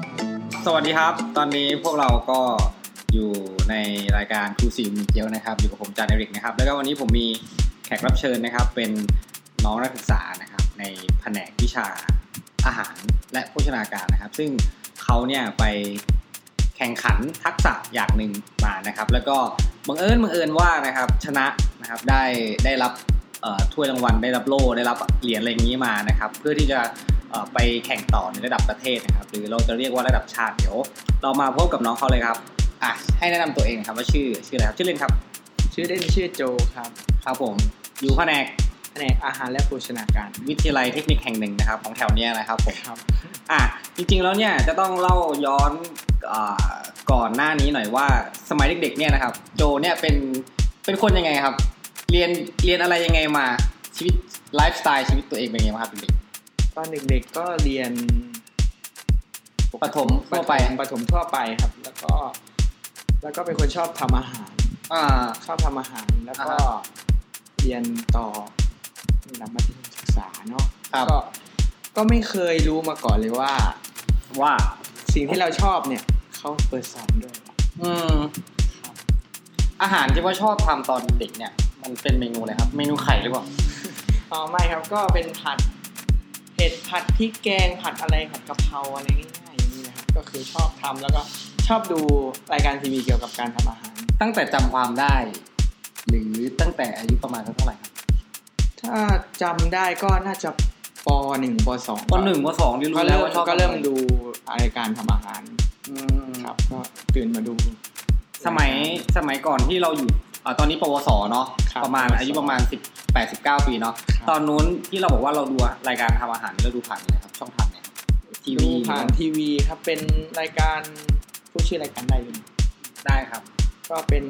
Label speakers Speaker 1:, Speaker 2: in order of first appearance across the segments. Speaker 1: ครับ ตอนนี้พวกเราก็อยู่ในรายการครูซีมีเจียวนะครับ อยู่กับผมจานเอริกนะครับ แล้วก็วันนี้ผมมีแขกรับเชิญนะครับ เป็นน้องนักศึกษานะครับ ในแผนกวิชาอาหารและโภชนาการนะครับ ซึ่งเขาเนี่ยไปแข่งขันทักษะอย่างหนึ่งมานะครับ แล้วก็บังเอิญบังเอิญว่านะครับชนะนะครับได้ได้รับ เอ่อถ้วยรางวัลได้รับโล่ได้รับเหรียญอะไรอย่างนี้มานะครับ เพื่อที่จะเอ่อไปแข่งต่อในระดับประเทศนะครับ หรือเราจะเรียกว่าระดับชาติเดี๋ยว เรามาพบกับน้องเขาเลยครับอ่ะให้แนะนำตัวเองครับว่าชื่อชื่ออะไรครับชื่อเล่นครับ
Speaker 2: ชื่อเล่นชื่อโจครับ
Speaker 1: ครับผม อยู่แผนก
Speaker 2: แผนกอาหารและโภชนาการ
Speaker 1: วิทยาลัยเทคนิคแห่งหนึ่งนะครับ ของแถวเนี้ยนะครับผม
Speaker 2: ครับ
Speaker 1: อ่ะจริงๆแล้วเนี่ยจะต้องเล่าย้อนอ่าก่อนหน้านี้หน่อยว่าสมัยเด็ก ๆ เนี่ยนะครับ โจเนี่ยเป็นเป็นคนยังไงครับ เรียนเรียนอะไรยังไงมาชีวิตไลฟ์สไตล์ชีวิตตัวเองเป็นยังไงบ้างครับเด็ก
Speaker 2: ตอนเด็กๆก็เรียน
Speaker 1: ประถมทั่วไป
Speaker 2: ประถมทั่วไปครับ แล้วก็ แล้วก็เป็นคนชอบทำอาหาร
Speaker 1: ๆอ่า
Speaker 2: ชอบทำอาหารแล้วก็
Speaker 1: อ่าฮะ
Speaker 2: เรียนต่อนำมาที่ศึกษาเนาะ
Speaker 1: ครับ
Speaker 2: ก็ก็ไม่เคยรู้มาก่อนเลยว่า
Speaker 1: ว่า
Speaker 2: สิ่งที่เราชอบเนี่ยเขาเปิดสอนด้วย
Speaker 1: อืม อาหารที่ว่าชอบทำตอนเด็กเนี่ย มันเป็นเมนูอะไรครับ เมนูไข่หรือเปล่า
Speaker 2: อ๋อไม่ครับก็เป็นผัดเห็ดผัดพริกแกงผัดอะไรผัดกะเพราอะไรง่ายๆอย่างนี้นะครับก็คือชอบทำแล้วก็ชอบดูรายการทีวีเกี่ยวกับการทำอาหาร
Speaker 1: ตั้งแต่จำความได้ หรือตั้งแต่อายุประมาณเท่าไหร่ครับ
Speaker 2: ถ้าจำได้ก็น่าจะปหนึ่งปสอง
Speaker 1: ปหนึ่งปสองเรียน
Speaker 2: ก็
Speaker 1: รู้แล้
Speaker 2: เริ่
Speaker 1: ว
Speaker 2: ม
Speaker 1: ว่าชอบ
Speaker 2: ก็เริ่มดูรายการทำอาหาร
Speaker 1: อืม
Speaker 2: ครับก็ตื่นมาดู
Speaker 1: สมัยสมัยก่อนที่เราอยู่อ่าตอนนี้ปวสเนาะ
Speaker 2: ครับ
Speaker 1: ประมาณ
Speaker 2: ปวส
Speaker 1: อายุประมาณสิบแปดสิบเก้าปีเนาะ
Speaker 2: ครับ
Speaker 1: ตอนนู้นที่เราบอกว่าเราดูรายการทำอาหารเราดูผ่านอะไรครับ ช่องทางไหนครับที
Speaker 2: ดู
Speaker 1: วี
Speaker 2: ผ่านทีวีครับเป็นรายการผู้ชื่อรายการได้เลย
Speaker 1: ได้ครับ
Speaker 2: ก็เป็น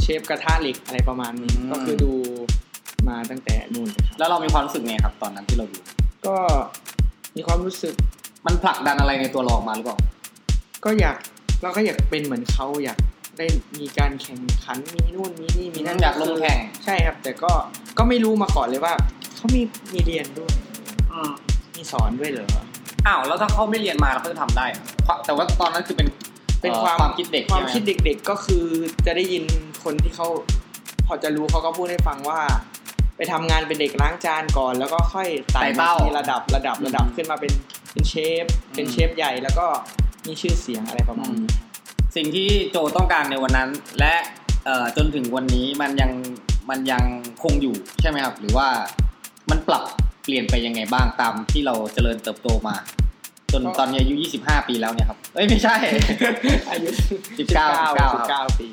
Speaker 2: เชฟกระทะเหล็กอะไรประมาณนี้
Speaker 1: อืม
Speaker 2: ก็คือดูมาตั้งแต่นู่นครับ
Speaker 1: แล้วเรามีความรู้สึกไงครับ ตอนนั้นที่เราดู
Speaker 2: ก็มีความรู้สึก
Speaker 1: มันผลักดันอะไรในตัวเราออกมาหรือเปล่า
Speaker 2: ก็อยากเราก็อยากเป็นเหมือนเขาอยากได้มีการแข่งขันมีนู่นมีนี่มีนั่น
Speaker 1: อยากลงแข่ง
Speaker 2: ใช่ครับ แต่ก็ก็ไม่รู้มาก่อนเลยว่าเขามีมีเรียนด้วย
Speaker 1: อืม
Speaker 2: มีสอนด้วยเหรอ
Speaker 1: อ้าวแล้วถ้าเขาไม่เรียนมาแล้วเขาจะทำได้เหรอความแต่ว่าตอนนั้นคือเป็น
Speaker 2: เป็น
Speaker 1: อ่อ
Speaker 2: ความ
Speaker 1: ความคิดเด็ก
Speaker 2: ความ
Speaker 1: ใช่ไห
Speaker 2: คิดเด็ก ๆก็คือจะได้ยินคนที่เขาพอจะรู้เขาก็พูดให้ฟังว่า ไปทำงานเป็นเด็กล้างจานก่อน แล้วก็ค่อยไต่มาที่ระดับระดับระดับขึ้นมาเป็นเป็นเชฟ เป็นเชฟใหญ่แล้วก็มีชื่อเสียงอะไรประมาณนี้
Speaker 1: สิ่งที่โจต้องการในวันนั้น และเอ่อจนถึงวันนี้มันยังมันยังคงอยู่ใช่ไหมครับ หรือว่ามันปรับเปลี่ยนไปยังไงบ้างตามที่เราเจริญเติบโตมา จน
Speaker 2: ก็
Speaker 1: ตอนนี้อายุ 25 ปีแล้วเนี่ยครับเอ้ยไม่ใช่
Speaker 2: อายุ
Speaker 1: 19 19
Speaker 2: 19 ปี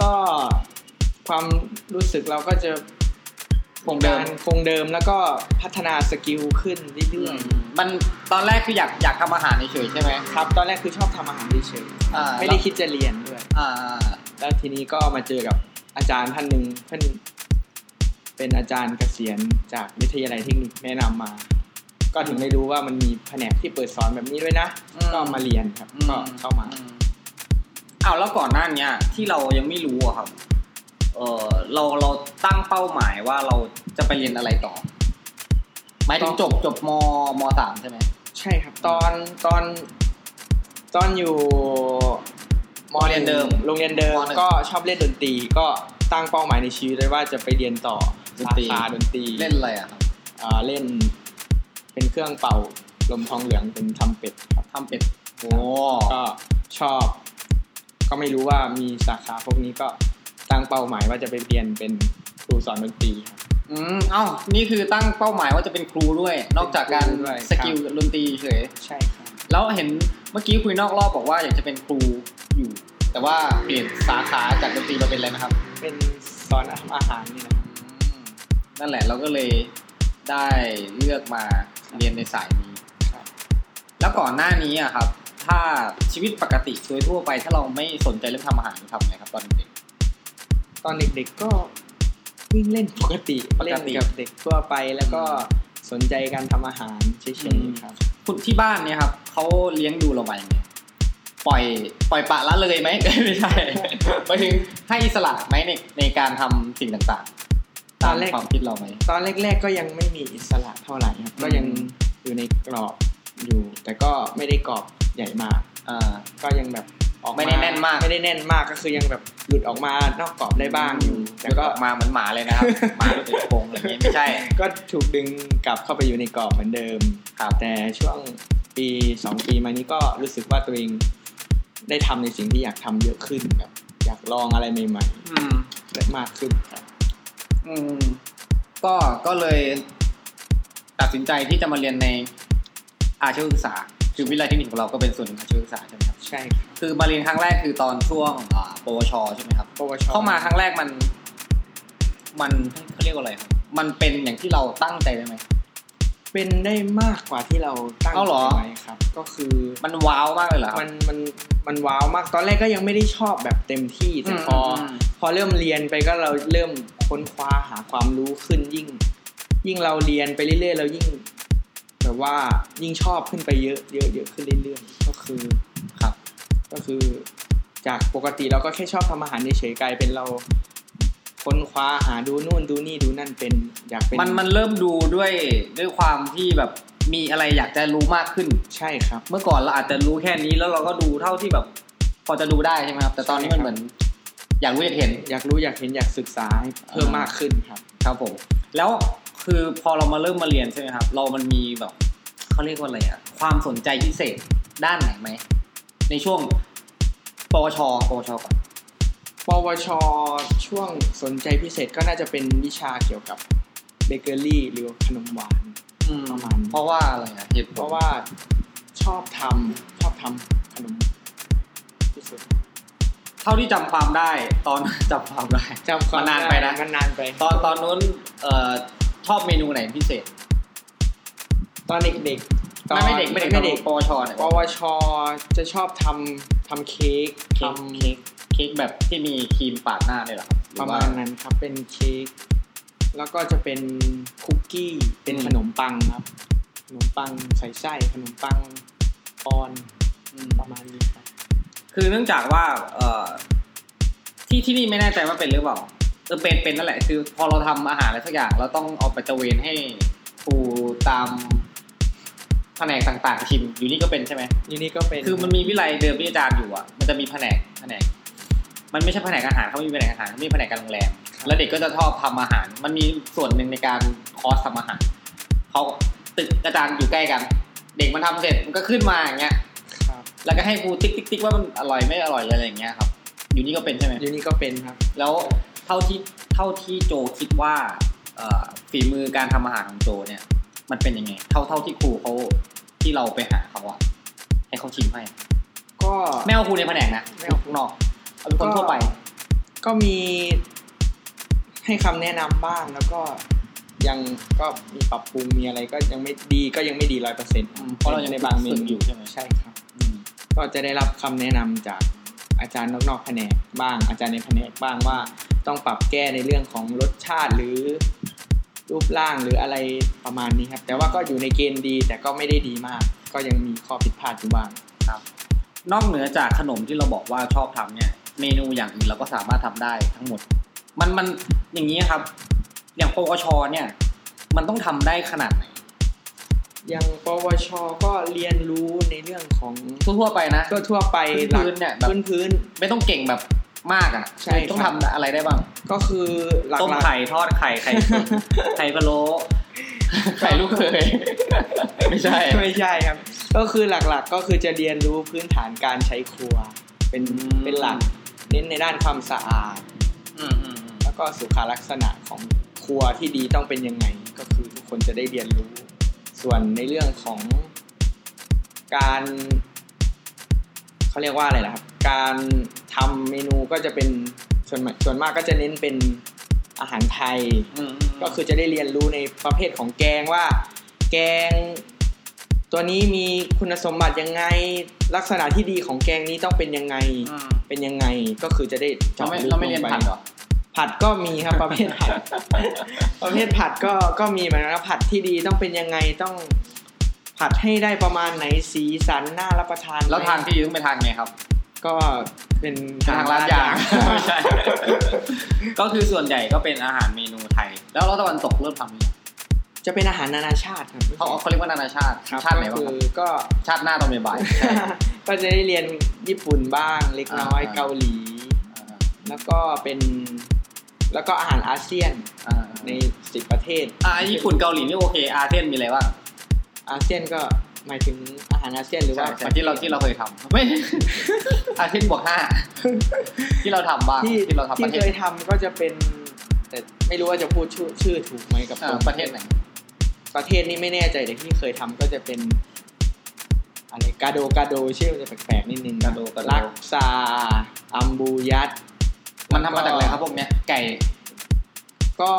Speaker 2: ก็ความรู้สึกเราก็จะ
Speaker 1: คงเดิม
Speaker 2: คงเดิมแล้วก็พัฒนาสกิลขึ้นเรื่อย
Speaker 1: มันตอนแรกคืออยากอยากทำอาหารเฉยๆใช่ไหม
Speaker 2: ๆครับ ตอนแรกคือชอบทำอาหารเฉย
Speaker 1: อ่า
Speaker 2: ๆไม่ได้คิดจะเรียนด้วย
Speaker 1: อ่า
Speaker 2: แล้วทีนี้ก็มาเจอกับอาจารย์ท่านหนึ่งท่านเป็นอาจารย์เกษียณจากวิทยาลัยเทคนิคแนะนำมา ก็ถึงได้รู้ว่ามันมีแผนกที่เปิดสอนแบบนี้ด้วยนะ ก็มาเรียนครับ
Speaker 1: อื
Speaker 2: ก็เข้ามา
Speaker 1: อือ้าวแล้วก่อนหน้าเนี้ยที่เรายังไม่รู้อะครับ เออเราเราตั้งเป้าหมายว่าเราจะไปเรียนอะไรต่อหมายถึงจบจบมมสามใช่ไหม
Speaker 2: ใช่ครับ ตอนตอนตอนอยู่
Speaker 1: โรงเรียนเดิม
Speaker 2: โรงเรียนเดิม
Speaker 1: มหนึ่ง
Speaker 2: ก็ชอบเล่นดนตรีก็ตั้งเป้าหมายในชีวิตไว้ว่าจะไปเรียนต่อ
Speaker 1: ดน
Speaker 2: สา
Speaker 1: ตรี
Speaker 2: ขาดนตรี
Speaker 1: เล่นอะไรอะครับ
Speaker 2: อ่าเล่น เป็นเครื่องเป่าลมทองเหลืองเป็นทำเป็ดครับ
Speaker 1: ทำเป็ดโอ้
Speaker 2: ก็ชอบ ก็ไม่รู้ว่ามีสาขาพวกนี้ก็ตั้งเป้าหมายว่าจะไปเรียนเป็นครูสอนดนตรีครับ
Speaker 1: อืมเอ้านี่คือตั้งเป้าหมายว่าจะเป็นครูด้วย นอกจากการ
Speaker 2: เป็นครูด้วย
Speaker 1: สกิล
Speaker 2: ครับ
Speaker 1: ดนตรีเฉย
Speaker 2: ใช่ครับ
Speaker 1: แล้วเห็นเมื่อกี้คุยนอกรอบบอกว่าอยากจะเป็นครูอยู่ แต่ว่าเปลี่ยนสาขาจากดนตรีมาเป็นอะไรนะครับ
Speaker 2: เป็นสอนทำอาหารนี่นะครับ
Speaker 1: อืมนั่นแหละเราก็เลยได้เลือกมาเรียนในสายนี้
Speaker 2: ครับ
Speaker 1: แล้วก่อนหน้านี้อะครับ ถ้าชีวิตปกติโดยทั่วไป ถ้าเราไม่สนใจเรื่องทำอาหารทำอะไรครับ ตอนเด็ก
Speaker 2: ตอนเด็กๆก็วิ่งเล่นปกติ
Speaker 1: ปกติ
Speaker 2: เล่นกับเด็กทั่วไปแล้วก็สนใจการทำอาหารเฉ
Speaker 1: อื
Speaker 2: ย
Speaker 1: ม
Speaker 2: ๆครับ
Speaker 1: คุณที่บ้านเนี่ยครับเขาเลี้ยงดูเราไปยังไงปล่อยปล่อยปละละเลยไหม ไม่ใช่หมายถึงให้อิสระไหมในในการทำสิ่งต่างๆ
Speaker 2: ต
Speaker 1: ตา
Speaker 2: อ
Speaker 1: ม
Speaker 2: นแรก
Speaker 1: ความคิดเราไหม
Speaker 2: ตอนแรกๆก็ยังไม่มีอิสระเท่าไหร่ครับ
Speaker 1: อืม
Speaker 2: ก็ยังอยู่ในกรอบอยู่ แต่ก็ไม่ได้กรอบใหญ่มาก
Speaker 1: อ่า
Speaker 2: ก็ยังแบบออกา
Speaker 3: ไม่ได้แน่นมาก
Speaker 2: ไม่ได้แน่นมากก็คือยังแบบหลุดออกมานอกกรอบได้บ้างอยู่
Speaker 3: แต่
Speaker 2: แต่
Speaker 3: ก็
Speaker 2: ก็
Speaker 3: ออกมาเหมือนหมาเลยนะครับ หมาติดกรงอะไรอย่างเงี้ยไม่ใช่
Speaker 2: ก็ถูกดึงกลับเข้าไปอยู่ในกรอบเหมือนเดิม
Speaker 3: ครับ
Speaker 2: แต่ช่วงปีสองปีมานี้ก็รู้สึกว่าตัวเองได้ทำในสิ่งที่อยากทำเยอะขึ้นแบบอยากลองอะไรใหม่
Speaker 3: อืม
Speaker 2: ๆและมากขึ้นครับ
Speaker 3: อืม
Speaker 1: ก็ก็เลยตัดสินใจที่จะมาเรียนในอาชีวศึกษา คือวิทยาลัยเทคนิคของเราก็เป็นส่วนหนึ่งของอาชีวศึกษาใช่ไหมครับ
Speaker 2: ใช่ครับ
Speaker 1: คือมาเรียนครั้งแรกคือตอนช่วงอ่าปวชใช่ไหมครับ
Speaker 2: ปวช
Speaker 1: เข้ามาครั้งแรกมัน มันเขาเรียกว่าอะไรครับ มันเป็นอย่างที่เราตั้งใจไว้ไหม
Speaker 2: เป็นได้มากกว่าที่เราตั้ง
Speaker 1: เอาเหรอ
Speaker 2: ใจไว้ครับ ก็คือ
Speaker 1: มันว้าวมากเลยเหรอครับ
Speaker 2: มันมันมันว้าวมากตอนแรกก็ยังไม่ได้ชอบแบบเต็มที่แต่พออ
Speaker 1: ม
Speaker 2: พอเริ่มเรียนไปก็เราเริ่มค้นคว้าหาความรู้ขึ้นยิ่ง ยิ่งเราเรียนไปเรื่อยๆเรายิ่งแบบว่ายิ่งชอบขึ้นไปเยอะเยอะเยอะขึ้นเรื่อยๆก็คือ
Speaker 1: ครับ
Speaker 2: ก็คือ จากปกติเราก็แค่ชอบทำอาหารเฉยๆกลายเป็นเราค้นคว้าหาดูนู่นดูนี่ดูนั่นเป็นอยากเป็น
Speaker 1: มันมันเริ่มดูด้วยด้วยความที่แบบมีอะไรอยากจะรู้มากขึ้น
Speaker 2: ใช่ครับ
Speaker 1: เมื่อก่อนเราอาจจะรู้แค่นี้แล้วเราก็ดูเท่าที่แบบ พอจะดูได้ใช่ไหมครับ แต่ตอนนี้มันเหมือน อยากรู้อยากเห็น
Speaker 2: อยากรู้อยากเห็นอยากศึกษาให้เพิ่มมากขึ้นครับ
Speaker 1: ครับผม แล้วคือพอเรามาเริ่มมาเรียนใช่ไหมครับ เรามันมีแบบเขาเรียกว่าอะไรอะความสนใจพิเศษด้านไหนไหม ในช่วงปวชปวชก่อน
Speaker 2: ปวช ช่วงสนใจพิเศษก็น่าจะเป็นวิชาเกี่ยวกับเบเกอรี่หรือขนมหวาน
Speaker 1: อืม
Speaker 2: ประมาณนี้
Speaker 1: เพราะว่าอะไรอะเหตุผล
Speaker 2: เพราะว่าชอบทำชอบทำขนมที่สุด
Speaker 1: เท่าที่จำความได้ตอน จำความได้
Speaker 2: จำควา
Speaker 1: มั
Speaker 2: ม
Speaker 1: นนานไปนะ
Speaker 2: มันนานไป
Speaker 1: ตอนตอนนู้นเอ่อชอบเมนูไหนพิเศษ
Speaker 2: ตอนเด็กๆตอน
Speaker 1: ไม่ไม่เด็กไม่เด็ก
Speaker 2: ไม่เด็ก
Speaker 1: ปวชเนี่ย
Speaker 2: ปวช จะชอบทำทำเค้กท
Speaker 1: เค้กเค้กเค้กแบบที่มีครีมปาดหน้าเลยเหรอ
Speaker 2: ำประมาณนั้นครับเป็นเค้กแล้วก็จะเป็นคุกกี้เป็นขนมปังครับ ขนมปังใส่ไส้ขนมปังปอนประมาณนี้ครับ
Speaker 1: คือเนื่องจากว่า เอ่อ ที่ที่นี่ไม่แน่ใจว่าเป็นหรือเปล่าเออเป็นเป็นนั่นแหละ คือ พอเราทำอาหารอะไรสักอย่างเราต้องเอาไปตระเวนให้ครูตามแผนกต่างๆชิมอยู่นี่ก็เป็นใช่ไหม
Speaker 2: ยูนี่ก็เป็น
Speaker 1: คือมันมีวิไลเดิมที่อาจารย์อยู่อ่ะ มันจะมีแผนกแผนก มันไม่ใช่แผนกอาหารเขาไม่มีแผนกอาหารเขามีแผนกการโรงแรม แล้วเด็กก็จะชอบทำอาหาร มันมีส่วนหนึ่งในการคอร์สทำอาหารเขาตึกอาจารย์อยู่ใกล้กัน เด็กมันทำเสร็จมันก็ขึ้นมาอย่างเงี้ย
Speaker 2: ครับ
Speaker 1: แล้วก็ให้ครูติ๊กติ๊กติ๊กว่ามันอร่อยไม่อร่อยอะไรอย่างเงี้ยครับ อยู่นี่ก็เป็นใช่ไหม
Speaker 2: ยูนี่ก็เป็นครับ
Speaker 1: แล้วเท่าที่เท่าที่โจคิดว่าเอ่อฝีมือการทำอาหารของโจเนี่ย มันเป็นยังไง เท่าเท่าที่ครูเขาที่เราไปหาเขาอะให้เขาชิมให้
Speaker 2: ก็
Speaker 1: ไม่เอาครูในแผนกนะ
Speaker 2: ไม่เอาครู
Speaker 1: ข้งนอกเอาเป็นคนทั่วไป
Speaker 2: ก็มี ให้คำแนะนำบ้างแล้วก็ยังก็มีปรับปรุงมีอะไรก็ยังไม่ดีก็ยังไม่ดีร้อยเปอร์เซ็นต์
Speaker 1: อืมเพราะเรายัง
Speaker 2: ในบางเม
Speaker 1: ฝึ
Speaker 2: นู
Speaker 1: กอยู่ใช่ไหม
Speaker 2: ใช่ครับ ก็จะได้รับคำแนะนำจากอาจารย์นอกๆแผนกบ้าง อาจารย์ในแผนกบ้างว่า ต้องปรับแก้ในเรื่องของรสชาติหรือ รูปร่างหรืออะไรประมาณนี้ครับ แต่ว่าก็อยู่ในเกณฑ์ดี แต่ก็ไม่ได้ดีมาก ก็ยังมีข้อผิดพลาดอยู่บ้าง
Speaker 1: นอกเหนือจากขนมที่เราบอกว่าชอบทำเนี่ย เมนูอย่างอื่นเราก็สามารถทำได้ทั้งหมด มันมันอย่างนี้ครับ อย่างปวชเนี่ย มันต้องทำได้ขนาดไหน
Speaker 2: อย่างปวช ก็เรียนรู้ในเรื่องของ
Speaker 1: ทั่วๆไปนะ
Speaker 2: ก็ทั่วไปหลัก
Speaker 1: พื้นๆเนี่ยแบบ
Speaker 2: พื้นพื้น
Speaker 1: ไม่ต้องเก่งแบบมากอ่ะ
Speaker 2: ใช่
Speaker 1: ต้อง
Speaker 2: ครั
Speaker 1: ทำ
Speaker 2: บ
Speaker 1: อะไรได้บ้าง
Speaker 2: ก็คือหลัก
Speaker 1: ต้มไข่ทอดไข่ ไข่ตุ๋น ไข่พะโล้ไข่ลูกเคย ไม่ใช่
Speaker 2: ไม่ใช่ครับ ก็คือหลักๆ ก็คือจะเรียนรู้พื้นฐานการใช้ครัว เป็น
Speaker 1: อืม
Speaker 2: เป็นหลักเน้นในด้านความสะอาด
Speaker 1: อืมอืมอืม
Speaker 2: แล้วก็สุขลักษณะของครัวที่ดีต้องเป็นยังไง ก็คือทุกคนจะได้เรียนรู้ ส่วนในเรื่องของการเขาเรียกว่าอะไรล่ะครับ การทำเมนูก็จะเป็นส่วนมากส่วนมากก็จะเน้นเป็นอาหารไทย
Speaker 1: อืม
Speaker 2: ก็คือจะได้เรียนรู้ในประเภทของแกงว่า แกง ตัวนี้มีคุณสมบัติยังไง ลักษณะที่ดีของแกงนี้ต้องเป็นยังไง
Speaker 1: อืม
Speaker 2: เป็นยังไงก็คือจะได้
Speaker 1: เรา
Speaker 2: เจาะ
Speaker 1: ไม่
Speaker 2: ลึก
Speaker 1: เราไม่เรียน
Speaker 2: ลง
Speaker 1: ผั
Speaker 2: ป
Speaker 1: ดเหรอ
Speaker 2: ผัดก็มีครับ ประเภทผัด ประเภทผัดก็ก็มีเหมือนกันครับผัดที่ดีต้องเป็นยังไงต้อง ผัดให้ได้ประมาณไหนสีสันน่ารับประทานไหม
Speaker 1: แล้วทางที่ต้องไปทางไงครับ
Speaker 2: ก็เป็น
Speaker 1: ทางร้านยางไม่ ใช่ ก็คือส่วนใหญ่ก็เป็นอาหารเมนูไทย แล้วเราตะวันตกเริ่มทำหรือยัง
Speaker 2: จะเป็นอาหารนานาชาติครับ
Speaker 1: เขาเขาเรียกว่านานาชาติ
Speaker 2: ครับ
Speaker 1: ชาติไหน
Speaker 2: ก็
Speaker 1: บ้าง
Speaker 2: คื
Speaker 1: ครั
Speaker 2: อบ ก็
Speaker 1: ชาติหน้าตอนบ่ายๆ
Speaker 2: ก็จะได้เรียนญี่ปุ่นบ้าง เล็กน้อย
Speaker 1: อ่า
Speaker 2: เกาหลี แล้วก็เป็น แล้วก็อาหารอาเซียน
Speaker 1: อ่า
Speaker 2: ในสิบประเทศ
Speaker 1: อ่าญี่ปุ่นเกาหลีนี่โอเค อาเซียนมีอะไรบ้าง
Speaker 2: อาเซียนก็หมายถึงอาหารอาเซียนหรือว่า
Speaker 1: เหมือนที่เราที่เราเคยทำไม่ อาเซียนบวกห้าที่เราทำบ้าง
Speaker 2: ที่
Speaker 1: ที่เราทำป
Speaker 2: ที่
Speaker 1: ระเทศ
Speaker 2: เคยทำก็จะเป็น แต่ไม่รู้ว่าจะพูดชื่อชื่อถูกไหมกับ
Speaker 1: อ่าประเทศไหน
Speaker 2: ประเทศนี้ไม่แน่ใจแต่ที่เคยทำก็จะเป็นอะไรกาโดกาโดชื่อมันจะแปลกๆนิดนึง
Speaker 1: กาโดกาโด
Speaker 2: ลักซาอัมบูยัต
Speaker 1: มันทำมาจากอะไรครับพวกเนี้ยไก่
Speaker 2: ก็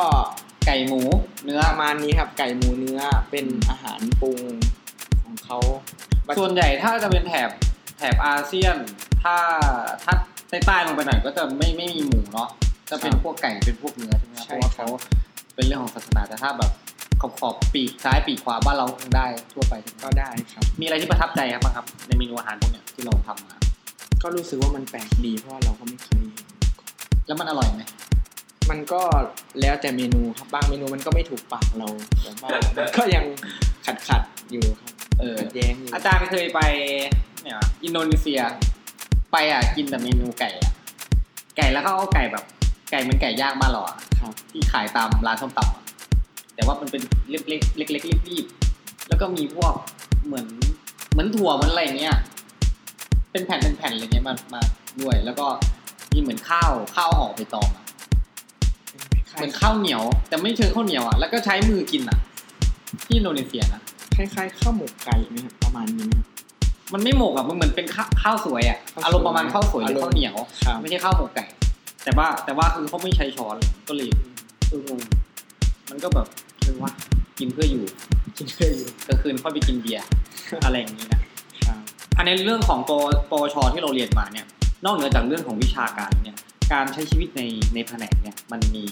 Speaker 1: ไก่หมู เนื้อ
Speaker 2: ประมาณนี้ครับไก่หมูเนื้อเป็นอาหารปรุงของเขา
Speaker 1: ส่วนใหญ่ถ้าจะเป็นแถบแถบอาเซียน ถ้าถ้าใต้ใต้ลงไปหน่อยก็จะไม่ไม่มีหมูเนาะจะเป็นพวกไก่เป็นพวกเนื้อใช่ไหมครับเพ
Speaker 2: ใช่
Speaker 1: ราะว่า
Speaker 2: ครั
Speaker 1: เขา
Speaker 2: บ
Speaker 1: เป็นเรื่องของศาสนาแต่ถ้าแบบขอบขอบปีกซ้ายปีกขวาบ้านเราคงได้ทั่วไปใช่ไหม
Speaker 2: ก็ได้ครับ
Speaker 1: มีอะไรที่ประทับใจครับบ้างครับ ในเมนูอาหารพวกเนี้ยที่เราทำมา
Speaker 2: ก็รู้สึกว่ามันแปลกดีเพราะว่าเราก็ไม่เคยเห็น
Speaker 1: แล้วมันอร่อยไหม
Speaker 2: มันก็แล้วแต่เมนูครับบางเมนูมันก็ไม่ถูกปากเราแต่ว่ามันก็ยังขัดขัดๆอยู่ครับ
Speaker 1: เออ
Speaker 2: ขัดแย้งอยู่
Speaker 1: อาจารย์เคยไปเนี่ยอินโดนีเซีย ไปอ่ะกินแต่เมนูไก่อ่ะไก่แล้วเขาเอาไก่แบบ ไก่เหมันไก่ย่างมานหรอ
Speaker 2: ครับ
Speaker 1: ที่ขายตามร้านส้มตำอะแต่ว่ามันเป็นเล็กๆเล็กๆรีบๆแล้วก็มีพวกเหมือนเหมือนถั่วเหมันอะไรเงี้ยเป็นแผ่นเป็นแผ่นอะไรเงี้ยมามาด้วย แล้วก็มีเหมือนข้าวข้าวห่อใบตองอ่ะ เหมือนข้าวเหนียว แต่ไม่เชิงข้าวเหนียวอ่ะแล้วก็ใช้มือกินอ่ะ ที่อินโดนีเซียนะ
Speaker 2: คล้ายๆคล้ายๆข้าวหมกไก่ไหมครับประมาณนี้ไหมครับ
Speaker 1: มันไม่หมกอ่ะมันเหมือนเป็นข้าวข้าวสวยอ่ะ
Speaker 2: ข้าวสวย
Speaker 1: อารมณ์ประมาณข้าวสวยหรือ
Speaker 2: ารมณ์
Speaker 1: ข้าวเหนียว
Speaker 2: ครับ
Speaker 1: ไม่ใช่ข้าวหมกไก่ แต่ว่าแต่ว่าคือเขาไม่ใช้ช้อนก็เลยเอองงมันก็แบบเออวะกินเพื่ออยู่
Speaker 2: กินเคยอยู่
Speaker 1: กลางคืนค่อยไปกินเบียร์ อะไรอย่างนี้นะ
Speaker 2: ครับ
Speaker 1: อันในเรื่องของปวปวชที่เราเรียนมาเนี่ย นอกเหนือจากเรื่องของวิชาการเนี่ย การใช้ชีวิตในในแผนกเนี่ย มันมี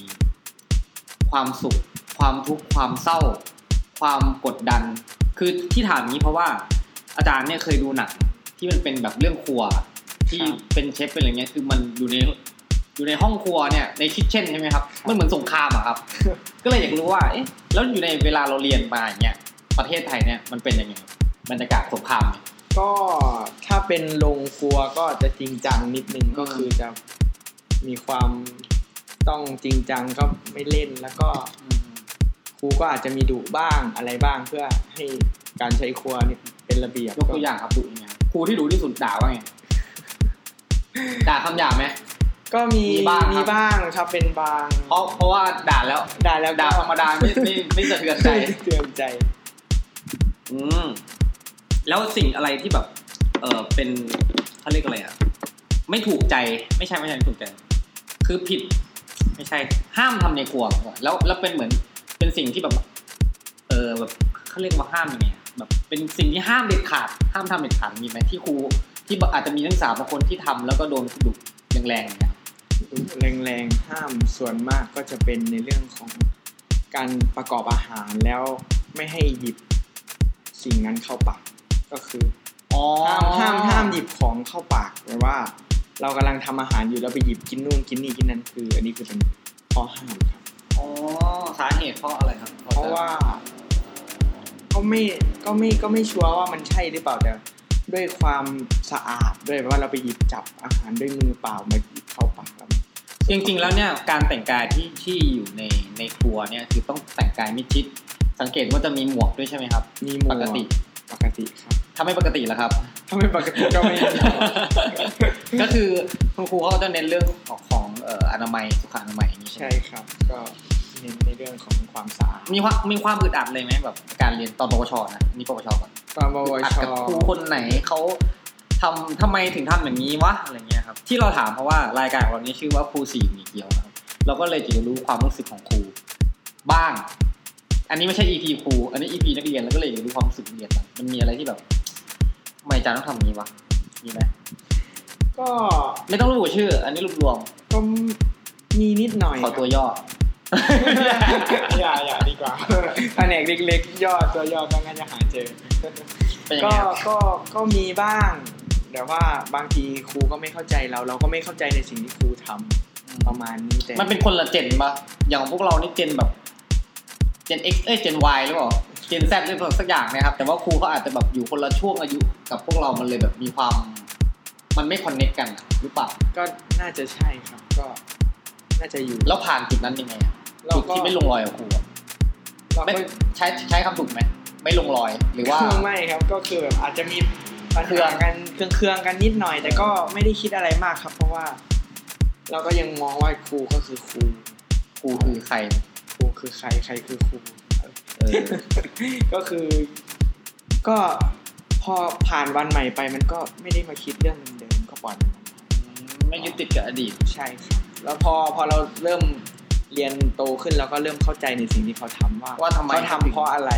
Speaker 1: ความสุข ความทุกข์ ความเศร้า ความกดดัน คือที่ถามนี้เพราะว่าอาจารย์เนี่ยเคยดูหนังที่มันเป็นแบบเรื่องครัว ที่เป็นเชฟเป็นอะไรเงี้ย คือมันอยู่ในอยู่ในห้องครัวเนี่ยในคิทเช่นใช่ไหมครับ มันเหมือนสงครามอะครับ ก็เลยอยากรู้ว่า เอ๊ะ แล้วอยู่ในเวลาเราเรียนมาอย่างเงี้ย ประเทศไทยเนี่ยมันเป็นยังไง บรรยากาศสงครามเนี่ย
Speaker 2: ก็ถ้าเป็นโรงครัวก็จะจริงจังนิดนึงก็คือจะมีความต้องจริงจังก็ไม่เล่นแล้วก็ครูก็อาจจะมีดุบ้างอะไรบ้างเพื่อให้การใช้ครัวเนี่ยเป็นระเบียบ
Speaker 1: ยกตัวอย่างครับดุยังไงครูที่ดุที่สุดด่าว่าไงด่าคำหยาบไหม
Speaker 2: ก็มี
Speaker 1: มีบ้างครับ
Speaker 2: มีบ้างครับเป็นบาง
Speaker 1: เพราะเพราะว่าด่าแล้ว
Speaker 2: ได้แล้ว
Speaker 1: ด่าธรรมดาไม่ไม่ไม่สะเทือนใจ
Speaker 2: เตือนใจ
Speaker 1: อืมแล้วสิ่งอะไรที่แบบ เออเป็นเขาเรียกอะไรอ่ะ ไม่ถูกใจไม่ใช่ไม่ใช่ไม่ถูกใจ คือผิด ไม่ใช่ ห้ามทำในครัวแล้วแล้วเป็นเหมือนเป็นสิ่งที่แบบ เออแบบเขาเรียกว่าห้ามยังไงอะแบบเป็นสิ่งที่ห้ามเด็ดขาด ห้ามทำเด็ดขาดมีไหมที่ครูที่แบบอาจจะมีนักศึกษาบางคนที่ทำแล้วก็โดนดุแรงๆอย่างเงี้ย
Speaker 2: แรงๆห้ามส่วนมากก็จะเป็นในเรื่องของการประกอบอาหารแล้วไม่ให้หยิบสิ่งนั้นเข้าปากก็คือ
Speaker 1: อ๋อ
Speaker 2: ห้ามห้ามห้ามหยิบของเข้าปากแปลว่า เรากำลังทำอาหารอยู่แล้วไปหยิบกินนู่นกินนี่กินนั่นคือ อันนี้คือเป็นข้อห้ามครับ
Speaker 1: อ๋อสาเหตุเพราะอะไรครับ
Speaker 2: เพราะว่าก็ไม่ก็ไม่ก็ไม่ชัวร์ว่ามันใช่หรือเปล่าแต่ด้วยความสะอาดด้วยว่าเราไปหยิบจับอาหารด้วยมือเปล่ามาหยิบเข้าปากแล้ว
Speaker 1: จริงๆแล้วเนี่ยการแต่งกายที่ที่อยู่ในในครัวเนี่ยคือต้องแต่งกายมิดชิด สังเกตว่าจะมีหมวกด้วยใช่ไหมครับ
Speaker 2: มีหมว
Speaker 1: ปกติ
Speaker 2: ปกติครับ
Speaker 1: ถ้าไม่ปกติล่ะครับ
Speaker 2: ถ้าไม่ปกติก็ไม่มี
Speaker 1: ก็คือคุณครูเขาจะเน้นเรื่องของของเอ่ออนามัยสุขอนามัยอย่างนี้ใช่
Speaker 2: ใช่
Speaker 1: ไหม
Speaker 2: ครับ ก็เน้นในเรื่องของความสะอาด
Speaker 1: มีความมีความอึดอัดเลยไหมแบบการเรียนตอนปวชนะนี่ปวชก่อน
Speaker 2: ตอนบว
Speaker 1: อึดอัด
Speaker 2: ช
Speaker 1: กับครูคนไหนเขาทำทำไมถึงทำอย่างนี้วะอะไรเงี้ยครับ ที่เราถามเพราะว่ารายการของเรานี้ชื่อว่าครูสี่หมีเกียวนะครับเราก็เลยจะรู้ความรู้สึกของครูบ้าง อันนี้ไม่ใช่ EP ครูอันนี้ EP นักเรียนแล้วก็เลยอยากรู้ความรู้สึกนักเรียนบ้างมันมีอะไรที่แบบทำไมอาจารย์ต้องทำอย่างนี้วะมีไหม
Speaker 2: ก็
Speaker 1: ไม่ต้องระบุชื่อ อันนี้รวม
Speaker 2: ก็มีนิดห น่อย
Speaker 1: ๆ ขอตัวย่อ
Speaker 2: อย่าอย่าดีกว่า แผนกเล็กๆยอดตัวย่อก็ง่ายจะหาเจอ
Speaker 1: เป็นยัง
Speaker 2: ก็
Speaker 1: ไงครับ
Speaker 2: ก็ก็มีบ้าง แต่ว่าบางทีครูก็ไม่เข้าใจเรา เราก็ไม่เข้าใจในสิ่งที่ครูทำประมาณนี้แต่
Speaker 1: มันเป็นคนละเจนปะอย่างพวกเรานี่เจนแบบ เจน X เอ้ย เจน Y หรือเปล่า เจนแซดหรือเปล่าสักอย่างนะครับ แต่ว่าครูเขาอาจจะแบบอยู่คนละช่วงอายุกับพวกเรามันเลยแบบมีความ มันไม่คอนเนคกันหรือเปล่า
Speaker 2: ก็น่าจะใช่ครับก็ น่าจะอยู่
Speaker 1: แล้วผ่านจุดนั้นยังไงอะ
Speaker 2: เรา
Speaker 1: จุด
Speaker 2: ก็
Speaker 1: ที่ไม่ลงรอยกับครูอะ
Speaker 2: เรา
Speaker 1: ไม่
Speaker 2: ก็
Speaker 1: ใช้ใช้คำถูกไหมไม่ลงรอยหรือว่า
Speaker 2: ไม่ครับก็คือแบบอาจจะมีปัญ
Speaker 1: เครื่อ
Speaker 2: หาง กันเครื่องเครื่องๆกันนิดหน่อย แต่ก็ไม่ได้คิดอะไรมากครับ เพราะว่า เราก็ยังมองว่าครูก็คือครู
Speaker 1: ครูคือใคร
Speaker 2: ครูคือใครใครคือครู
Speaker 1: เออ
Speaker 2: ก็คือ ก็พอผ่านวันใหม่ไปมันก็ไม่ได้มาคิดเรื่องเดิมๆก็ปล่อยมัน
Speaker 1: ไม่ยึดติดกับอดีต
Speaker 2: ใช่ครับ แล้วพอพอเราเริ่มเรียนโตขึ้นเราก็เริ่มเข้าใจในสิ่งที่เขาทำว่า
Speaker 1: ว่าทำไม
Speaker 2: เขาทำเพราะอะไร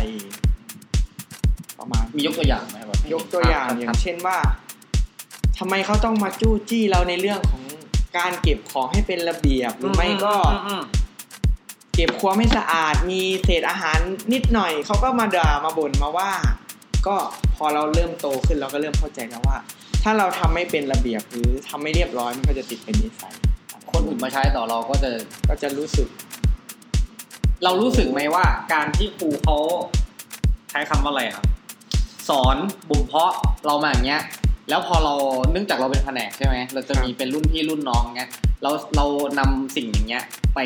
Speaker 2: ประมาณ
Speaker 1: มียกตัวอย่างไหมแบบ
Speaker 2: ยกตัวอย่างอ
Speaker 1: ค
Speaker 2: ย่า
Speaker 1: รั
Speaker 2: ง
Speaker 1: บ
Speaker 2: เช่นว่าทำไมเขาต้องมาจู้จี้เราในเรื่องของการเก็บของให้เป็นระเบียบหรือไม่ก็
Speaker 1: อืมอืม
Speaker 2: เก็บครัวไม่สะอาดมีเศษอาหารนิดหน่อยเขาก็มาด่ามาบ่นมาว่า ก็พอเราเริ่มโตขึ้นเราก็เริ่มเข้าใจแล้วว่า ถ้าเราทำไม่เป็นระเบียบหรือทำไม่เรียบร้อยมันก็จะติดเป็นนิสัย
Speaker 1: คนอื่นมาใช้ต่อเราก็จะ
Speaker 2: ก็จะรู้สึก
Speaker 1: เรารู้สึกไหมว่าการที่ครูเขาใช้คำว่าอะไรครับ สอนบ่มเพาะเรามาอย่างเงี้ย แล้วพอเราเนื่องจากเราเป็นแผนกใช่ไหมเราจะมีเป็นรุ่นพี่รุ่นน้องเงี้ยเราเรานำสิ่งอย่างเงี้ย ไป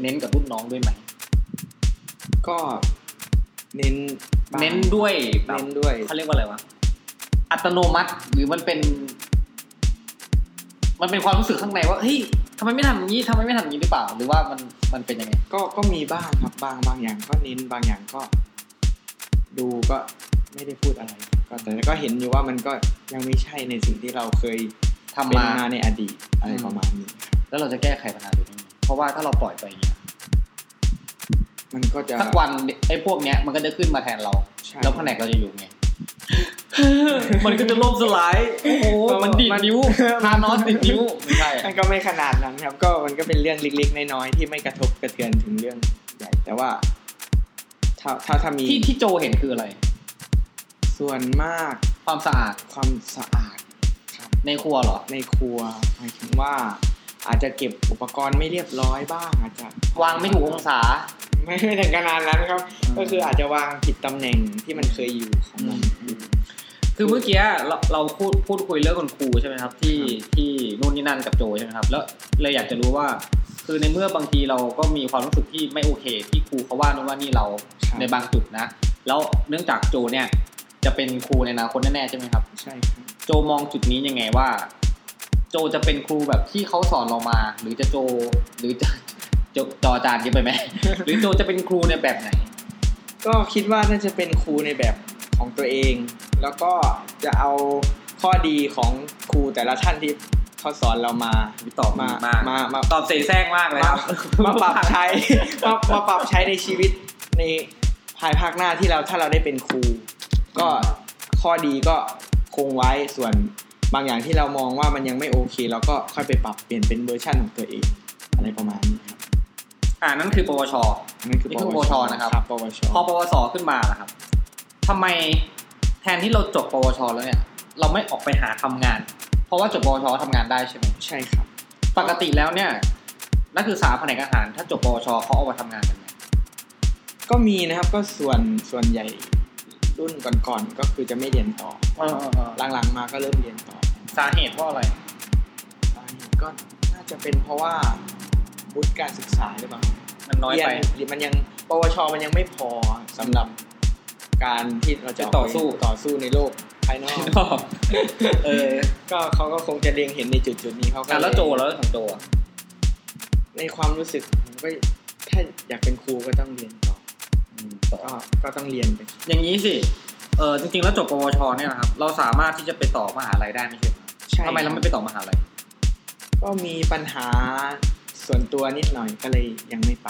Speaker 1: เน้นกับรุ่นน้องด้วยไหม
Speaker 2: ก็เน้นบ้าง
Speaker 1: เน้นด้วยแบบ
Speaker 2: เน้นด้วย
Speaker 1: เขาเรียกว่าอะไรวะอัตโนมัติหรือมันเป็น มันเป็นความรู้สึกข้างในว่าเฮ้ยทำไมไม่ทำอย่างนี้ทำไมไม่ทำอย่างนี้หรือเปล่า หรือว่ามันมันเป็นยังไง
Speaker 2: ก็ ก็มีบ้างครับ บาง บางอย่างก็เน้น บางอย่างก็ ดูก็ไม่ได้พูดอะไร ก็แต่ก็เห็นอยู่ว่ามันก็ยังไม่ใช่ในสิ่งที่เราเคย
Speaker 1: ทำ
Speaker 2: เป็น
Speaker 1: มา
Speaker 2: มาในอดีตอะไร
Speaker 1: อืม
Speaker 2: ประมาณนี้
Speaker 1: แล้วเราจะแก้ไขปัญหาตรงนี้ไงเพราะว่าถ้าเราปล่อยไปอย่างเงี้ย
Speaker 2: มันก็จะ
Speaker 1: สักวันไอ้พวกเนี้ยมันก็จะขึ้นมาแทนเรา
Speaker 2: ใช่
Speaker 1: แล้วแผนกเราจะอยู่ไง มันก็จะล่มสลาย โอ้โห มันดีดนิ้วทานอสดีดนิ้ว ไม่ใช่
Speaker 2: มันก็ไม่ขนาดนั้นครับ ก็มันก็เป็นเรื่องเล็กๆน้อยๆที่ไม่กระทบกระเทือนถึงเรื่องใหญ่ แต่ว่า ถ้า ถ้า ถ้ามี
Speaker 1: ที่ที่โจเห็นคืออะไร
Speaker 2: ส่วนมาก
Speaker 1: ความสะอาด
Speaker 2: ความสะอาดครับ
Speaker 1: ในครัวเหรอ
Speaker 2: ในครัวหมายถึงว่า อาจจะเก็บอุปกรณ์ไม่เรียบร้อยบ้างอาจจะ
Speaker 1: วางไม่ถูกองศา
Speaker 2: ไม่ไม่ถึงขนาดนั้นครับ
Speaker 1: อืม
Speaker 2: ก็คืออาจจะวางผิดตำแหน่งที่มันเคยอยู่ของมัน
Speaker 1: คือเมื่อกี้เราเราพูดพูดคุยเรื่องคุณครูใช่ไหมครับ ที่ที่นู่นนี่นั่นกับโจใช่ไหมครับ แล้วเลยอยากจะรู้ว่า คือในเมื่อบางทีเราก็มีความรู้สึกที่ไม่โอเค ที่ครูเขาว่านู่นว่านี่เรา
Speaker 2: ครับ
Speaker 1: ในบางจุดนะ แล้วเนื่องจากโจเนี่ย จะเป็นครูในอนาคตแน่ๆใช่ไหมครับ
Speaker 2: ใช่ครับ
Speaker 1: โจมองจุดนี้ยังไงว่า โจจะเป็นครูแบบที่เขาสอนเรามา หรือจะโจหรือจะโจจอจานเกันไปไหม หรือโจจะเป็นครูในแบบไหน
Speaker 2: ก็คิดว่าน่าจะเป็นครูในแบบของตัวเอง แล้วก็จะเอาข้อดีของครูแต่ละท่านที่เขาสอนเรามา
Speaker 1: ตอบ
Speaker 2: มามาม
Speaker 1: ดีาก
Speaker 2: มามา
Speaker 1: ตอบเสแสร้งมากเลยครับ
Speaker 2: มาปรับใช้ มามาปรับใช้ในชีวิตในภายภาคหน้าที่เราถ้าเราได้เป็นครู ก็ข้อดีก็คงไว้ส่วนบางอย่างที่เรามองว่ามันยังไม่โอเคเราก็ค่อยไปปรับเปลี่ยนเป็นเวอร์ชั่นของตัวเองอะไรประมาณนี้ครับ
Speaker 1: อ่านั่นคือปวช
Speaker 2: นั่นคือ
Speaker 1: นี่คือ
Speaker 2: ปวช
Speaker 1: ปวชนะครับ
Speaker 2: ปวช
Speaker 1: พอปวสขึ้นมาล่ะครับทำไมแทนที่เราจบปวช แล้วเนี่ย เราไม่ออกไปหาทำงาน เพราะว่าจบปวชทำงานได้ใช่ไหม
Speaker 2: ใช่ครับ
Speaker 1: ปกติแล้วเนี่ย นักศึกษาแผนกอาหาร ถ้าจบปวชเขาเอามาทำงานกันไหม
Speaker 2: ก็มีนะครับก็ส่วนส่วนใหญ่รุ่นก่อนๆก็คือจะไม่เรียนต่อหลังๆมาก็เริ่มเรียนต่อ
Speaker 1: สาเหตุเพราะอะไร
Speaker 2: สาเหตุก็น่าจะเป็นเพราะว่าวุฒิการศึกษาหรือเปล่า
Speaker 1: มันน้อย
Speaker 2: เรี
Speaker 1: ไป
Speaker 2: หรือมันยังปวชมันยังไม่พอสำหรับการที่เราจะ
Speaker 1: จะต่อสู้
Speaker 2: กไปต่อสู้ในโลกภายนอก
Speaker 1: เออ
Speaker 2: ก็เขาก็คงจะเล็งเห็นในจุดจุดๆนี้เขาก็
Speaker 1: อ่ะ
Speaker 2: เย
Speaker 1: แล้วโจแล้วของโจอ่ะ
Speaker 2: ในความรู้สึกผมก็ถ้าอยากเป็นครูก็ต้องเรียนต่อก็ก็ต้องเรียนไป
Speaker 1: อย่างนี้สิ เออจริงๆแล้วจบปวชเนี่ยนะครับ เราสามารถที่จะไปต่อมหาลัยได้ไม่ใช่เหรอ
Speaker 2: ใช่
Speaker 1: ทำไมเราไม่ไปต่อมหาลัย
Speaker 2: ก็มีปัญหาส่วนตัวนิดหน่อยก็เลยยังไม่ไป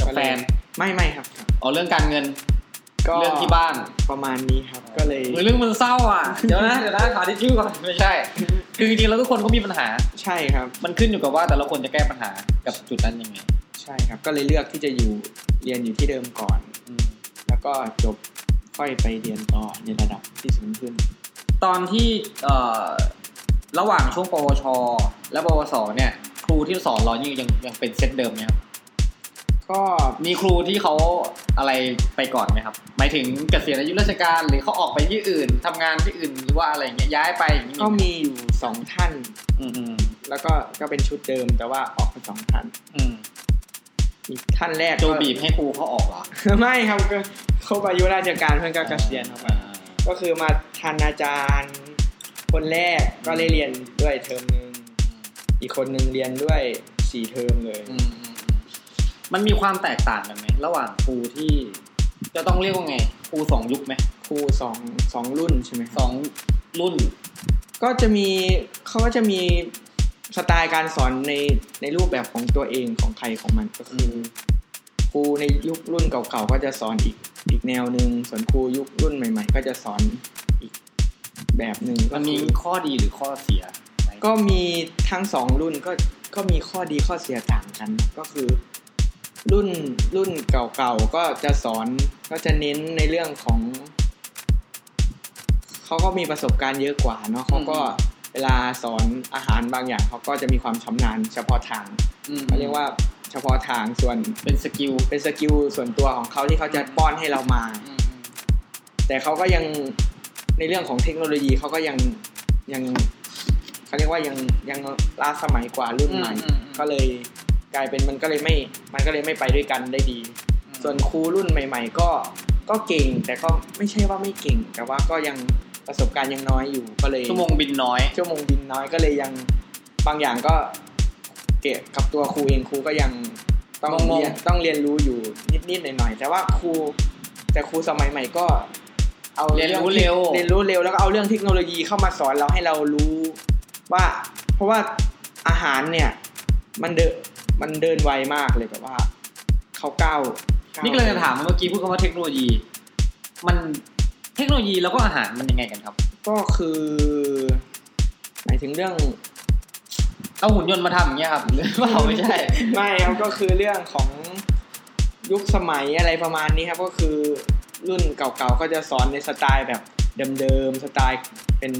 Speaker 1: กับ
Speaker 2: ก็เลย
Speaker 1: แฟน
Speaker 2: ไม่ไม่ครับครับ
Speaker 1: เอาเรื่องการเงิน
Speaker 2: ก็
Speaker 1: เรื่องที่บ้าน
Speaker 2: ประมาณนี้ครับ ก็เลย
Speaker 1: เรื่องมันเศร้าอ่ะ เดี๋ยวนะ เดี๋ยวนะขาทิชชู่ก่อนไม่ใช่ คือจริงๆแล้วทุกคนก็มีปัญหา
Speaker 2: ใช่ครับ
Speaker 1: มันขึ้นอยู่กับว่าแต่ละคนจะแก้ปัญหากับจุดนั้นยังไง
Speaker 2: ใช่ครับ ก็เลยเลือกที่จะอยู่เรียนอยู่ที่เดิมก่อน
Speaker 1: อืม
Speaker 2: แล้วก็จบค่อยไปเรียนต่อในระดับที่สูงขึ้น
Speaker 1: ตอนที่ เอ่อ ระหว่างช่วงปวช และปวส เนี่ย ครูที่สอนเรายังยังยังเป็นเซตเดิมไหมครับ
Speaker 2: ก ก็
Speaker 1: มีครูที่เขาอะไรไปก่อนไหมครับ หมายถึงเกษียณอายุราชการหรือเขาออกไปที่อื่นทำงานที่อื่นหรือว่าอะไรอย่างเงี้ยย้ายไปอย่างงี้
Speaker 2: ก็มีอยู่สองท่าน
Speaker 1: อืมอืม
Speaker 2: แล้วก็ก็เป็นชุดเดิมแต่ว่าออกไปสองท่าน
Speaker 1: อืม
Speaker 2: อีกท่านแรก
Speaker 1: โจ
Speaker 2: ก็
Speaker 1: บีบให้ครูเขาออกเหรอ
Speaker 2: ไม่ครับก็เข้าไปอายุราชการเพื่อนก็เกษียณครับ ก็คือมาทันอาจารย์คนแรกก็ได้เรียนด้วยเทอมหนึ่งอีกคนหนึ่งเรียนด้วยสี่เทอมเลย
Speaker 1: อืมอืมอืมมันมีความแตกต่างกันไหมระหว่างครูที่จะต้องเรียกว่าไงครูสองยุคไหม
Speaker 2: ครูสองสองรุ่นใช่ไหม
Speaker 1: สองรุ่น
Speaker 2: ก็จะมีเขาก็จะมีสไตล์การสอนในในรูปแบบของตัวเองของใครของมันก็คืออ
Speaker 1: ม
Speaker 2: ครูในยุครุ่นเก่าๆก็จะสอนอีกอีกแนวหนึ่งส่วนครูยุครุ่นใหม่ ๆ ก็จะสอนอีกแบบหนึ่งก็
Speaker 1: มันมี
Speaker 2: คือ
Speaker 1: ข้อดีหรือข้อเสียไหม
Speaker 2: ก็มีทั้งสองรุ่นก็ก็มีข้อดีข้อเสียต่างกัน ก็คือ รุ่นรุ่นเก่าๆก็จะสอนก็จะเน้นในเรื่องของเขาก็มีประสบการณ์เยอะกว่าเนาะเขาก็เวลาสอนอาหารบางอย่างเขาก็จะมีความชำนาญเฉพาะทาง
Speaker 1: อืม
Speaker 2: เขาเรียกว่าเฉพาะทางส่วน
Speaker 1: เป็นสกิล
Speaker 2: เป็นสกิลส่วนตัวของเขาที่เขาจะป้อนให้เรามา
Speaker 1: อืม
Speaker 2: แต่เขาก็ยังในเรื่องของเทคโนโลยีเขาก็ยังยังเขาเรียกว่ายังยังล้าสมัยกว่ารุ่น
Speaker 1: อื
Speaker 2: ใหม่
Speaker 1: อือื
Speaker 2: ก็เลยกลายเป็นมันก็เลยไม่ มันก็เลยไม่ไปด้วยกันได้ดี
Speaker 1: อืม
Speaker 2: ส่วนครูรุ่นใหม่ๆ ก็ก็เก่ง แต่ก็ไม่ใช่ว่าไม่เก่ง แต่ว่าก็ยังประสบการณ์ยังน้อยอยู่ก็เลย
Speaker 1: ชั่วโมงบินน้อย
Speaker 2: ชั่วโมงบินน้อยก็เลยยังบางอย่างก็เกี่ยวกับตัวครูเองครูก็ยังต้อง
Speaker 1: งงๆ
Speaker 2: เรียนต้องเรียนรู้อยู่นิดๆหน่อยๆแต่ว่าครูแต่ครูสมัยใหม่ก็ เอา
Speaker 1: เรียนรู้
Speaker 2: ที่
Speaker 1: เร็ว
Speaker 2: เรียนรู้เร็วแล้วก็เอาเรื่องเทคโนโลยีเข้ามาสอนเราให้เรารู้ว่า เพราะว่าอาหารเนี่ย มันเดินมันเดินไวมากเลยแบบว่าเขาก้าวาว
Speaker 1: นี่ก็เลยจะถามเมื่อกี้พูดคำว่าเทคโนโลยี มันเทคโนโลยีแล้วก็อาหารมันยังไงกันครับ
Speaker 2: ก็คือ หมายถึงเรื่อง
Speaker 1: เอาหุ่นยนต์มาทำอย่างเงี้ยครับหรือเปล่าไม่ใช่
Speaker 2: ไม่ครับก็คือเรื่องของยุคสมัยอะไรประมาณนี้ครับก็คือรุ่นเก่าๆก็จะสอนในสไตล์แบบเดิมๆสไตล์เป็น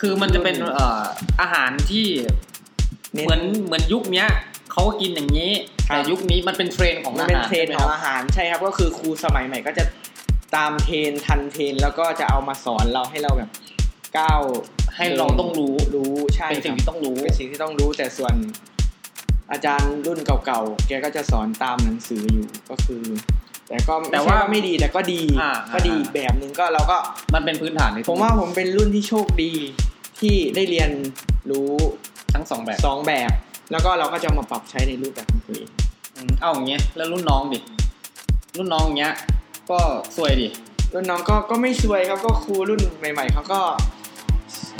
Speaker 1: คือมันจะเป็นเอ่ออาหารที่
Speaker 2: น้
Speaker 1: เหมือนเหมือนยุคเนี้ยเขาก็กินอย่างนี้
Speaker 2: ครับ
Speaker 1: แต่ยุคนี้มันเป็นเทรนด์ของ
Speaker 2: มัน
Speaker 1: อา
Speaker 2: เป็น
Speaker 1: หาร
Speaker 2: เทรนด์
Speaker 1: ใช่
Speaker 2: ของ
Speaker 1: ไหม
Speaker 2: อาหารใช่ครับก็คือครูสมัยใหม่ก็จะตามเทรนทันเทรนแล้วก็จะเอามาสอนเราให้เราแบบก้าว
Speaker 1: ให้เราต้องรู้
Speaker 2: รู้ใช่
Speaker 1: เป็นสิ่ง
Speaker 2: ค
Speaker 1: ที่
Speaker 2: รับ
Speaker 1: ต้องรู้
Speaker 2: เป็นสิ่งที่ต้องรู้แต่ส่วน อาจารย์รุ่นเก่าๆแกก็จะสอนตามหนังสืออยู่ก็คือ แต่ก็ไม่ใช่ไม่ดีแต่ก็ดี
Speaker 1: า
Speaker 2: ก็ดี
Speaker 1: อ่า
Speaker 2: อีกแบบหนึ่งก็เราก็
Speaker 1: มันเป็นพื้นฐานใน
Speaker 2: ผมว่าผมเป็นรุ่นที่โชคดีที่ได้เรียนรู้
Speaker 1: ทั้งสองแบบ
Speaker 2: สองแบบ แล้วก็เราก็จะเอามาปรับใช้ในรูปแบบของตัวเอง
Speaker 1: อืมเอาอย่างเงี้ยแล้วรุ่นน้องดิรุ่นน้องอย่างเงี้ย ก็สวยดิ
Speaker 2: รุ่นน้องก็ก็ไม่ซวยครับก็ครูรุ่นใหม่ ๆเขาก็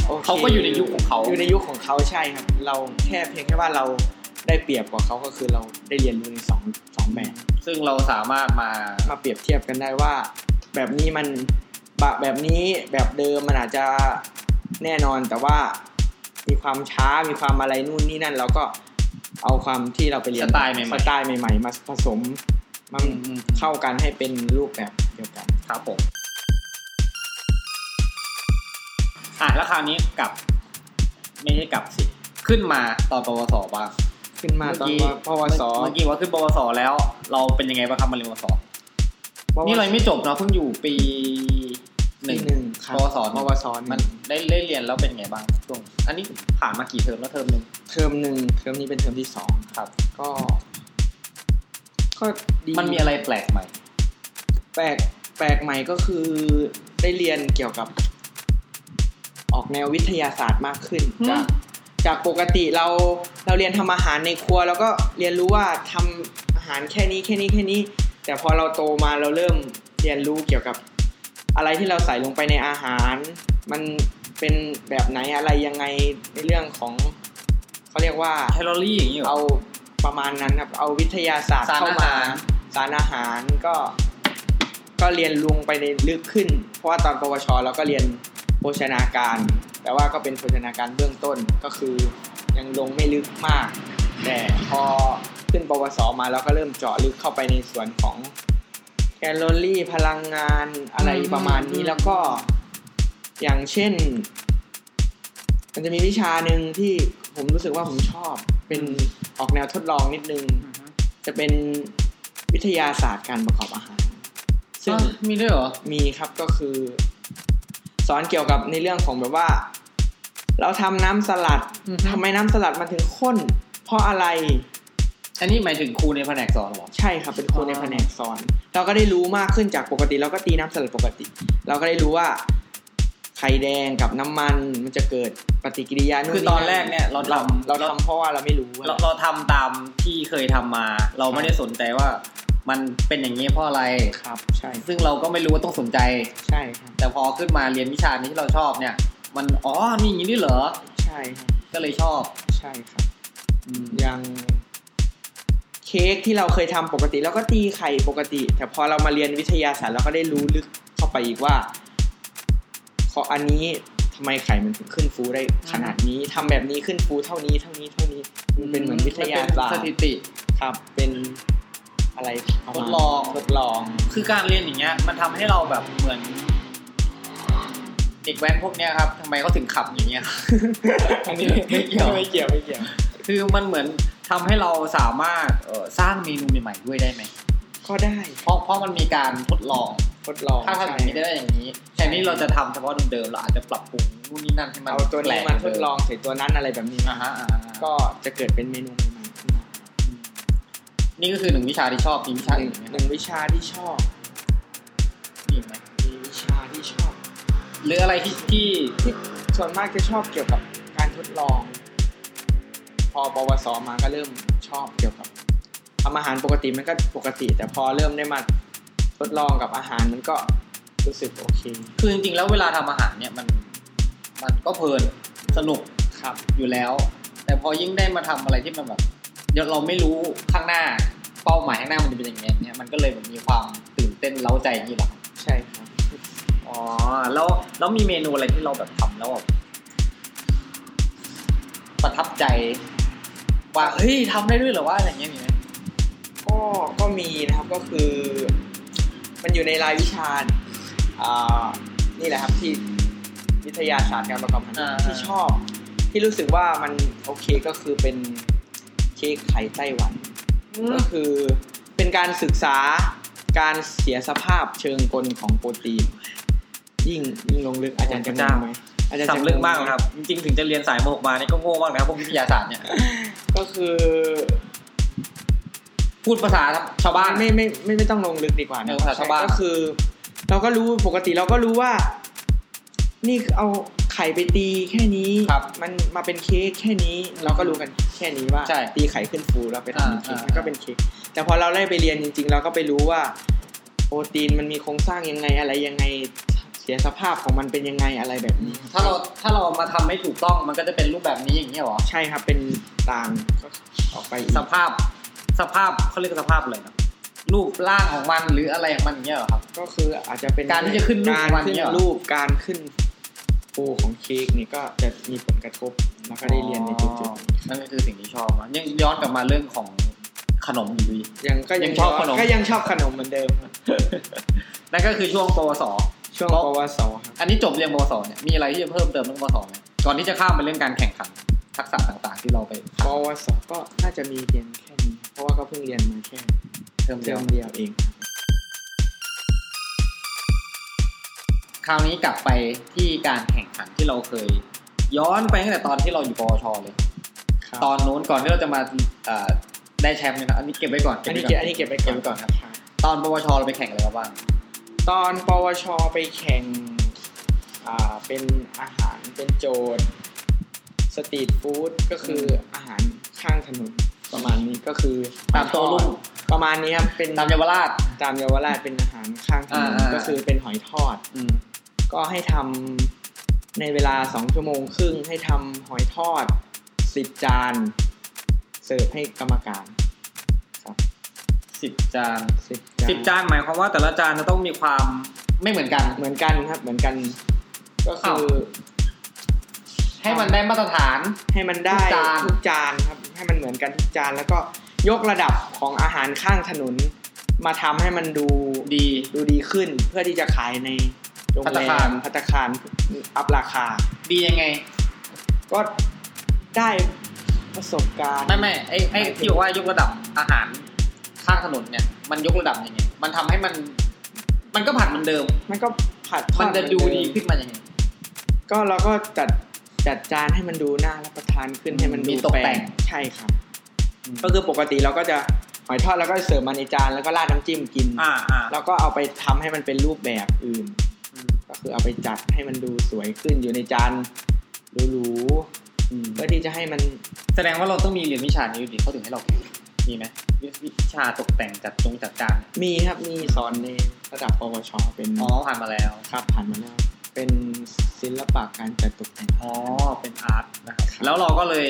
Speaker 2: โอค
Speaker 1: เขาก็อยู่ในยุคของเขา
Speaker 2: อยู่ในยุคของเขาใช่ครับ เราแค่เพียงแค่ว่าเราได้เปรียบกว่าเขาก็คือเราได้เรียนรู้ในสองสองแบบ
Speaker 1: ซึ่งเราสามารถมา
Speaker 2: มาเปรียบเทียบกันได้ว่า แบบนี้มันบะแบบนี้แบบเดิมมันอาจจะแน่นอนแต่ว่ามีความช้ามีความอะไรนู่นนี่นั่นเราก็เอาความที่เราไปเรีย
Speaker 1: ส
Speaker 2: น
Speaker 1: ไตล์ใหม่
Speaker 2: สไตล์ใหม่ๆ มาผสมมัน
Speaker 1: ๆ
Speaker 2: เข้ากันให้เป็นรูปแบบเดียวกัน
Speaker 1: ครับผมอ่ะแล้วคราวนี้กลับ ไม่ใช่กลับสิขึ้นมาตอนปวสบ้าง
Speaker 2: ขึ้นมาตอนว่าพวส
Speaker 1: เมื่อกี้ว่าขึ้นปวสแล้ว เราเป็นยังไงบ้างครับมาเรียนปวส
Speaker 2: พวส
Speaker 1: นี่เรายังไม่จบเนาะเพิ่งอยู่ปีหนึ่ง
Speaker 2: ปีหนึ่งครับ
Speaker 1: พวส
Speaker 2: พวสหง
Speaker 1: มันได้ได้เรียนแล้วเป็นไงบ้างช่วงอันนี้ผ่านมากี่เทอมแล้วเทอมหนึ่ง
Speaker 2: เทอมหนึ่งเทอมนี้เป็นเทอมที่สอง
Speaker 1: ครับ
Speaker 2: ก็ ก็ดี
Speaker 1: มันมีอะไรแปลกใหม่
Speaker 2: แปลกแปลกใหม่ก็คือได้เรียนเกี่ยวกับ ออกแนววิทยาศาสตร์มากขึ้น
Speaker 1: อืม
Speaker 2: จากจากปกติเราเราเรียนทำอาหารในครัว แล้วก็เรียนรู้ว่าทำอาหารแค่นี้แค่นี้แค่นี้ แต่พอเราโตมาเราเริ่มเรียนรู้เกี่ยวกับ อะไรที่เราใส่ลงไปในอาหาร มันเป็นแบบไหนอะไรยังไงในเรื่องของเขาเรียกว่า
Speaker 1: แคลอรี่อย่างนี้เหรอ
Speaker 2: เอาประมาณนั้นครับ เอาวิทยาศาสตร์
Speaker 1: สาร
Speaker 2: เข้า
Speaker 1: อา
Speaker 2: มา
Speaker 1: หาร
Speaker 2: สารอาหารก็ ก็เรียนลงไปในลึกขึ้น เพราะว่าตอนปวชเราก็เรียนโภชนาการ แต่ว่าก็เป็นโภชนาการเบื้องต้นก็คือยังลงไม่ลึกมาก แต่พอขึ้นปวสมาเราก็เริ่มเจาะลึกเข้าไปในส่วนของแคลอรี่พลังงานอะไรประมาณนี้แล้วก็ อย่างเช่น มันจะมีวิชาหนึ่งที่ผมรู้สึกว่าผมชอบ เป็นออกแนวทดลองนิดนึง
Speaker 1: อือฮึ
Speaker 2: แส จะเป็นวิทยาศาสตร์การประกอบอาหาร ซึ่ง
Speaker 1: อ้าวมีด้วยเหรอ
Speaker 2: มีครับก็คือ สอนเกี่ยวกับในเรื่องของแบบว่า เราทำน้ำสลัด
Speaker 1: อือฮึ
Speaker 2: ทำไมน้ำสลัดมันถึงข้น เพราะอะไร
Speaker 1: อันนี้หมายถึงครูในแผนกสอนเหรอ
Speaker 2: ใช่ครับเป็นครู
Speaker 1: อ๋อ
Speaker 2: ในแผนกสอน เราก็ได้รู้มากขึ้นจากปกติ เราก็ตีน้ำสลัดปกติ เราก็ได้รู้ว่า ไข่แดงกับน้ำมันมันจะเกิดปฏิกิริยา
Speaker 1: คือตอนแรกเนี่ยเราทำ
Speaker 2: เราทำเพราะว่าเราไม่รู้อะ
Speaker 1: เราเราทำตามที่เคยทำมา เราไม่ได้สนใจว่ามันเป็นอย่างนี้เพราะอะไร
Speaker 2: ครับ ใช่
Speaker 1: ซึ่งเราก็ไม่รู้ว่าต้องสนใจ
Speaker 2: ใช่ครับ
Speaker 1: แต่พอขึ้นมาเรียนวิชานี้ที่เราชอบเนี่ย มันอ๋อนี่อย่างนี้ด้วยเหรอ
Speaker 2: ใช่ครับ
Speaker 1: ก็เลยชอบ
Speaker 2: ใช่ครับ
Speaker 1: อืม
Speaker 2: อย่างเค้กที่เราเคยทำปกติเราก็ตีไข่ปกติ แต่พอเรามาเรียนวิทยาศาสตร์เราก็ได้รู้ลึกเข้าไปอีกว่าขออันนี้ทำไมไข่มันถึงขึ้นฟูได้ขนาดนี้ทำแบบนี้ขึ้นฟูเท่านี้เท่านี้เท่านี้มันเป็นเหมือนวิทยาศาสต
Speaker 1: ส
Speaker 2: ร์
Speaker 1: ถิติ
Speaker 2: ครับ เป็นอะไรประมา
Speaker 1: ท
Speaker 2: ณ
Speaker 1: ดลอง
Speaker 2: ทดลอง
Speaker 1: คือการเรียนอย่างเงี้ย มันทำให้เราแบบเหมือน เด็กแว้นพวกเนี้ยครับทำไมเขาถึงขับอย่างเงี้ย
Speaker 2: อันนี้
Speaker 1: ไม่เกี่ยว
Speaker 2: ไม่เกี่ยวไม่เกี่ยว
Speaker 1: คือมันเหมือนทำให้เราสามารถเอ่อสร้างเมนูใหม่ๆด้วยได้ไหม
Speaker 2: ก็ได้
Speaker 1: เพราะเพราะมันมีการทดลอง
Speaker 2: ทดลอง
Speaker 1: ถ้าทำอย่างนี้ได้อย่างนี้แทนที่เราจะทำเฉพาะเดิมๆเราอาจจะปรับปรุงนู่นนี่นั่นให้มัน
Speaker 2: เอาตัวนี้มาทดลองใส่ตัวนั้นอะไรแบบนี้
Speaker 1: อ่าฮะอ่าฮะ
Speaker 2: ก็จะเกิดเป็นเมนูใหม่ๆขึ้นมา
Speaker 1: อืมนี่ก็คือหนึ่งวิชาที่ชอบมีวิชา
Speaker 2: หนึ่
Speaker 1: อื่
Speaker 2: ง
Speaker 1: นไหม
Speaker 2: หนึ่งวิชาที่ชอบ
Speaker 1: มีไหม
Speaker 2: มีวิชาที่ชอบ
Speaker 1: หรืออะไรที่ที่
Speaker 2: ที่ส่วนมากจะชอบเกี่ยวกับการทดลอง พอปวสมาก็เริ่มชอบเกี่ยวกับทำอาหารปกติมันก็ปกติ แต่พอเริ่มได้มาทดลองกับอาหารมันก็รู้สึกโอเค
Speaker 1: คือจริงๆแล้วเวลาทำอาหารเนี่ยมันมันก็เพลินสนุก
Speaker 2: ครับ
Speaker 1: อยู่แล้ว แต่พอยิ่งได้มาทำอะไรที่มันแบบเดี๋ยวเราไม่รู้ข้างหน้าเป้าหมายข้างหน้ามันจะเป็นยังไงเนี่ยมันก็เลยแบบมีความตื่นเต้นเล้าใจอย่างนี้เหรอ
Speaker 2: ใช่ครับ
Speaker 1: อ๋อแล้วแล้วมีเมนูอะไรที่เราแบบทำแล้วแบบประทับใจ ว่าเฮ้ยทำได้ด้วยเหรอว่าอะไรอย่างเงี้ยมีไหม
Speaker 2: ก็ก็มีนะครับก็คือ มันอยู่ในรายวิชาอ่านี่แหละครับที่วิทยาศาสตร์การประกอบอาหารที่ชอบ ที่รู้สึกว่ามันโอเคก็คือเป็นเค้กไข่ไต้หวัน ก็คือเป็นการศึกษาการเสียสภาพเชิงกลของโปรตีน ยิ่งยิ่งลงลึกอาจารย์จะงงไหมอาจารย์จะงงไห
Speaker 1: สำลึกมากนะครับ จริงๆถึงจะเรียนสายมาหกมาเนี่ยก็โง่มากนะครับพวกวิทยาศาสตร์เนี่ย
Speaker 2: ก็คือ
Speaker 1: พูดภาษาชาวบ้าน
Speaker 2: ไม่ไม่ไมไม่ไม่ต้องลงลึกดีกว่านะ
Speaker 1: เออภาษาชาวบ้าน
Speaker 2: ก็คือ เราก็รู้ปกติเราก็รู้ว่า นี่เอาไข่ไปตีแค่นี้
Speaker 1: ครับ
Speaker 2: มันมาเป็นเค้กแค่นี้ เราก็รู้กันแค่นี้ว่า
Speaker 1: ใช่
Speaker 2: ตีไข่ขึ้นฟูแล้วไปทำเป็นเค้ก
Speaker 1: อ่าอ่า
Speaker 2: มันก็เป็นเค้กแต่พอเราได้ไปเรียนจริง ๆ เราก็ไปรู้ว่า โปรตีนมันมีโครงสร้างยังไงอะไรยังไงเสียสภาพของมันเป็นยังไงอะไรแบบนี้
Speaker 1: ถ้าเราถ้าเรามาทำไม่ถูกต้องมันก็จะเป็นรูปแบบนี้อย่างนี้ยเหรอ
Speaker 2: ใช่ครับเป็นต่างก็ออกไปอีก
Speaker 1: สภาพสภาพเขาเรียกสภาพอะไรนะรูปร่างของมันหรืออะไรของมันอย่างเงี้ยเหรอครับ
Speaker 2: ก็คืออาจจะเป็น
Speaker 1: การที่จะขึ้นรูป
Speaker 2: การ
Speaker 1: วัน
Speaker 2: ขึ้
Speaker 1: เนี่
Speaker 2: น
Speaker 1: ย
Speaker 2: รูปการขึ้นฟูของเค้กนี่ก็จะมีผลกระทบแล้วก็ได้เรียนในจุด
Speaker 1: นั่นก็คือสิ่งที่ชอบอะยังย้อนกลับมาเรื่องของขนมอยู่ดี
Speaker 2: ๆยังก็
Speaker 1: ยังชอบขนม
Speaker 2: ก็ยังชอบขนมเหมือนเดิมครับ
Speaker 1: นั่นก็คือช่วงปวส
Speaker 2: ช่วง
Speaker 1: เพราะ
Speaker 2: ปวสครับ
Speaker 1: อันนี้จบเรียนปวสเนี่ยมีอะไรที่จะเพิ่มเติมเรื่องปวสไหมก่อนที่จะข้ามไปเรื่องการแข่งขันทักษะต่างๆ ที่เราไป
Speaker 2: ปวสก็น่าจะมีเรียนแค่นี้เพราะว่าก็เพิ่งเรียนมาแค่
Speaker 1: เพิ่ม
Speaker 2: เท
Speaker 1: เติ
Speaker 2: อ
Speaker 1: ม
Speaker 2: มเดียวเองครับ
Speaker 1: คราวนี้กลับไปที่การแข่งขันที่เราเคย ย้อนไปตั้งแต่ตอนที่เราอยู่ปวชเลย
Speaker 2: ครับ
Speaker 1: ตอนนู้นก่อนที่เราจะมาเอ่อได้แชมป์เนี่ยนะอันนี้เก็บไว้ก่อน
Speaker 2: อันนี้
Speaker 1: ไว้
Speaker 2: เก็บอันนี้เก็บไว้
Speaker 1: เก็บไว้ก่อนครับ
Speaker 2: รับ
Speaker 1: ตอนปวชเราไปแข่งอะไรมาบ้าง
Speaker 2: ตอนปวชไปแข่งอ่าเป็นอาหารเป็นโจทย์สตรีทฟู้ดก็คืออาหารข้างถนนประมาณนี้ก็คือ
Speaker 1: ตามโต้รุ่ง
Speaker 2: ประมาณนี้ครับเป็น
Speaker 1: ตามเยาวราช
Speaker 2: ตามเยาวราชเป็นอาหารข้างถนน
Speaker 1: อ่าๆ
Speaker 2: ก็คือเป็นหอยทอด
Speaker 1: อืม
Speaker 2: ก็ให้ทำในเวลาสองชั่วโมงครึ่งให้ทำหอยทอดสิบจานเสิร์ฟให้กรรมการ
Speaker 1: สิบจาน
Speaker 2: สิบ
Speaker 1: สิบจานหมายความว่าแต่ละจานจะต้องมีความไม่เหมือนกัน
Speaker 2: เหมือนกันครับเหมือนกัน ก็คือ
Speaker 1: อ้าว ให้มันได้มาตรฐาน
Speaker 2: ให้มันได้
Speaker 1: ทุกจาน
Speaker 2: ทุกจานครับ ให้มันเหมือนกันทุกจานแล้วก็ยกระดับของอาหารข้างถนน มาทำให้มันดู
Speaker 1: ดี
Speaker 2: ดูดีขึ้น เพื่อที่จะขายในโรง
Speaker 1: ภัต
Speaker 2: แร
Speaker 1: ตาคาร
Speaker 2: มพัตตาคารอัพราคา
Speaker 1: ดียังไง
Speaker 2: ก็ได้ประสบการณ์
Speaker 1: ไม่ไม่ไอ้ไอ้ที่บอกว่ายกระดับอาหาร ข้างถนนเนี่ย มันยกระดับยังไงมันทำให้มัน มันก็ผัดเหมันเดิม
Speaker 2: มันก็ผัดทอ
Speaker 1: มันจะดู
Speaker 2: เหอเ
Speaker 1: ดีขึ้นมายังไง
Speaker 2: ก็เราก็จัดจัดจานให้มันดูน่ารับประทานขึ้น
Speaker 1: อืม
Speaker 2: ให้มันดู
Speaker 1: มีตกแต่ง
Speaker 2: ใช่ครับ ก็คือปกติเราก็จะหอยทอดแล้วก็เสิร์ฟมาในจานแล้วก็ราดน้ำจิ้มกิน
Speaker 1: อ่าอ่า
Speaker 2: แล้วก็เอาไปทำให้มันเป็นรูปแบบอื่น
Speaker 1: อืม
Speaker 2: ก็คือเอาไปจัดให้มันดูสวยขึ้นอยู่ในจานหรู
Speaker 1: อืม
Speaker 2: ๆเพื่อที่จะให้มัน
Speaker 1: แสดงว่าเราต้องมีเรียนวิชานี้อยู่ดีเขาถึงให้เราแข่งมีไหมวิวิชาตกแต่งจัดตรงจัดการเนี่ย
Speaker 2: มีครับมีสอนในระดับปวชเป็น
Speaker 1: อ๋อผ่านมาแล้ว
Speaker 2: ครับผ่านมาแล้วเป็นศิลปะการจัดตกแต่ง
Speaker 1: อ๋อ เป็นอาร์ตนะครับ
Speaker 2: ครับ
Speaker 1: แล้วเราก็เลย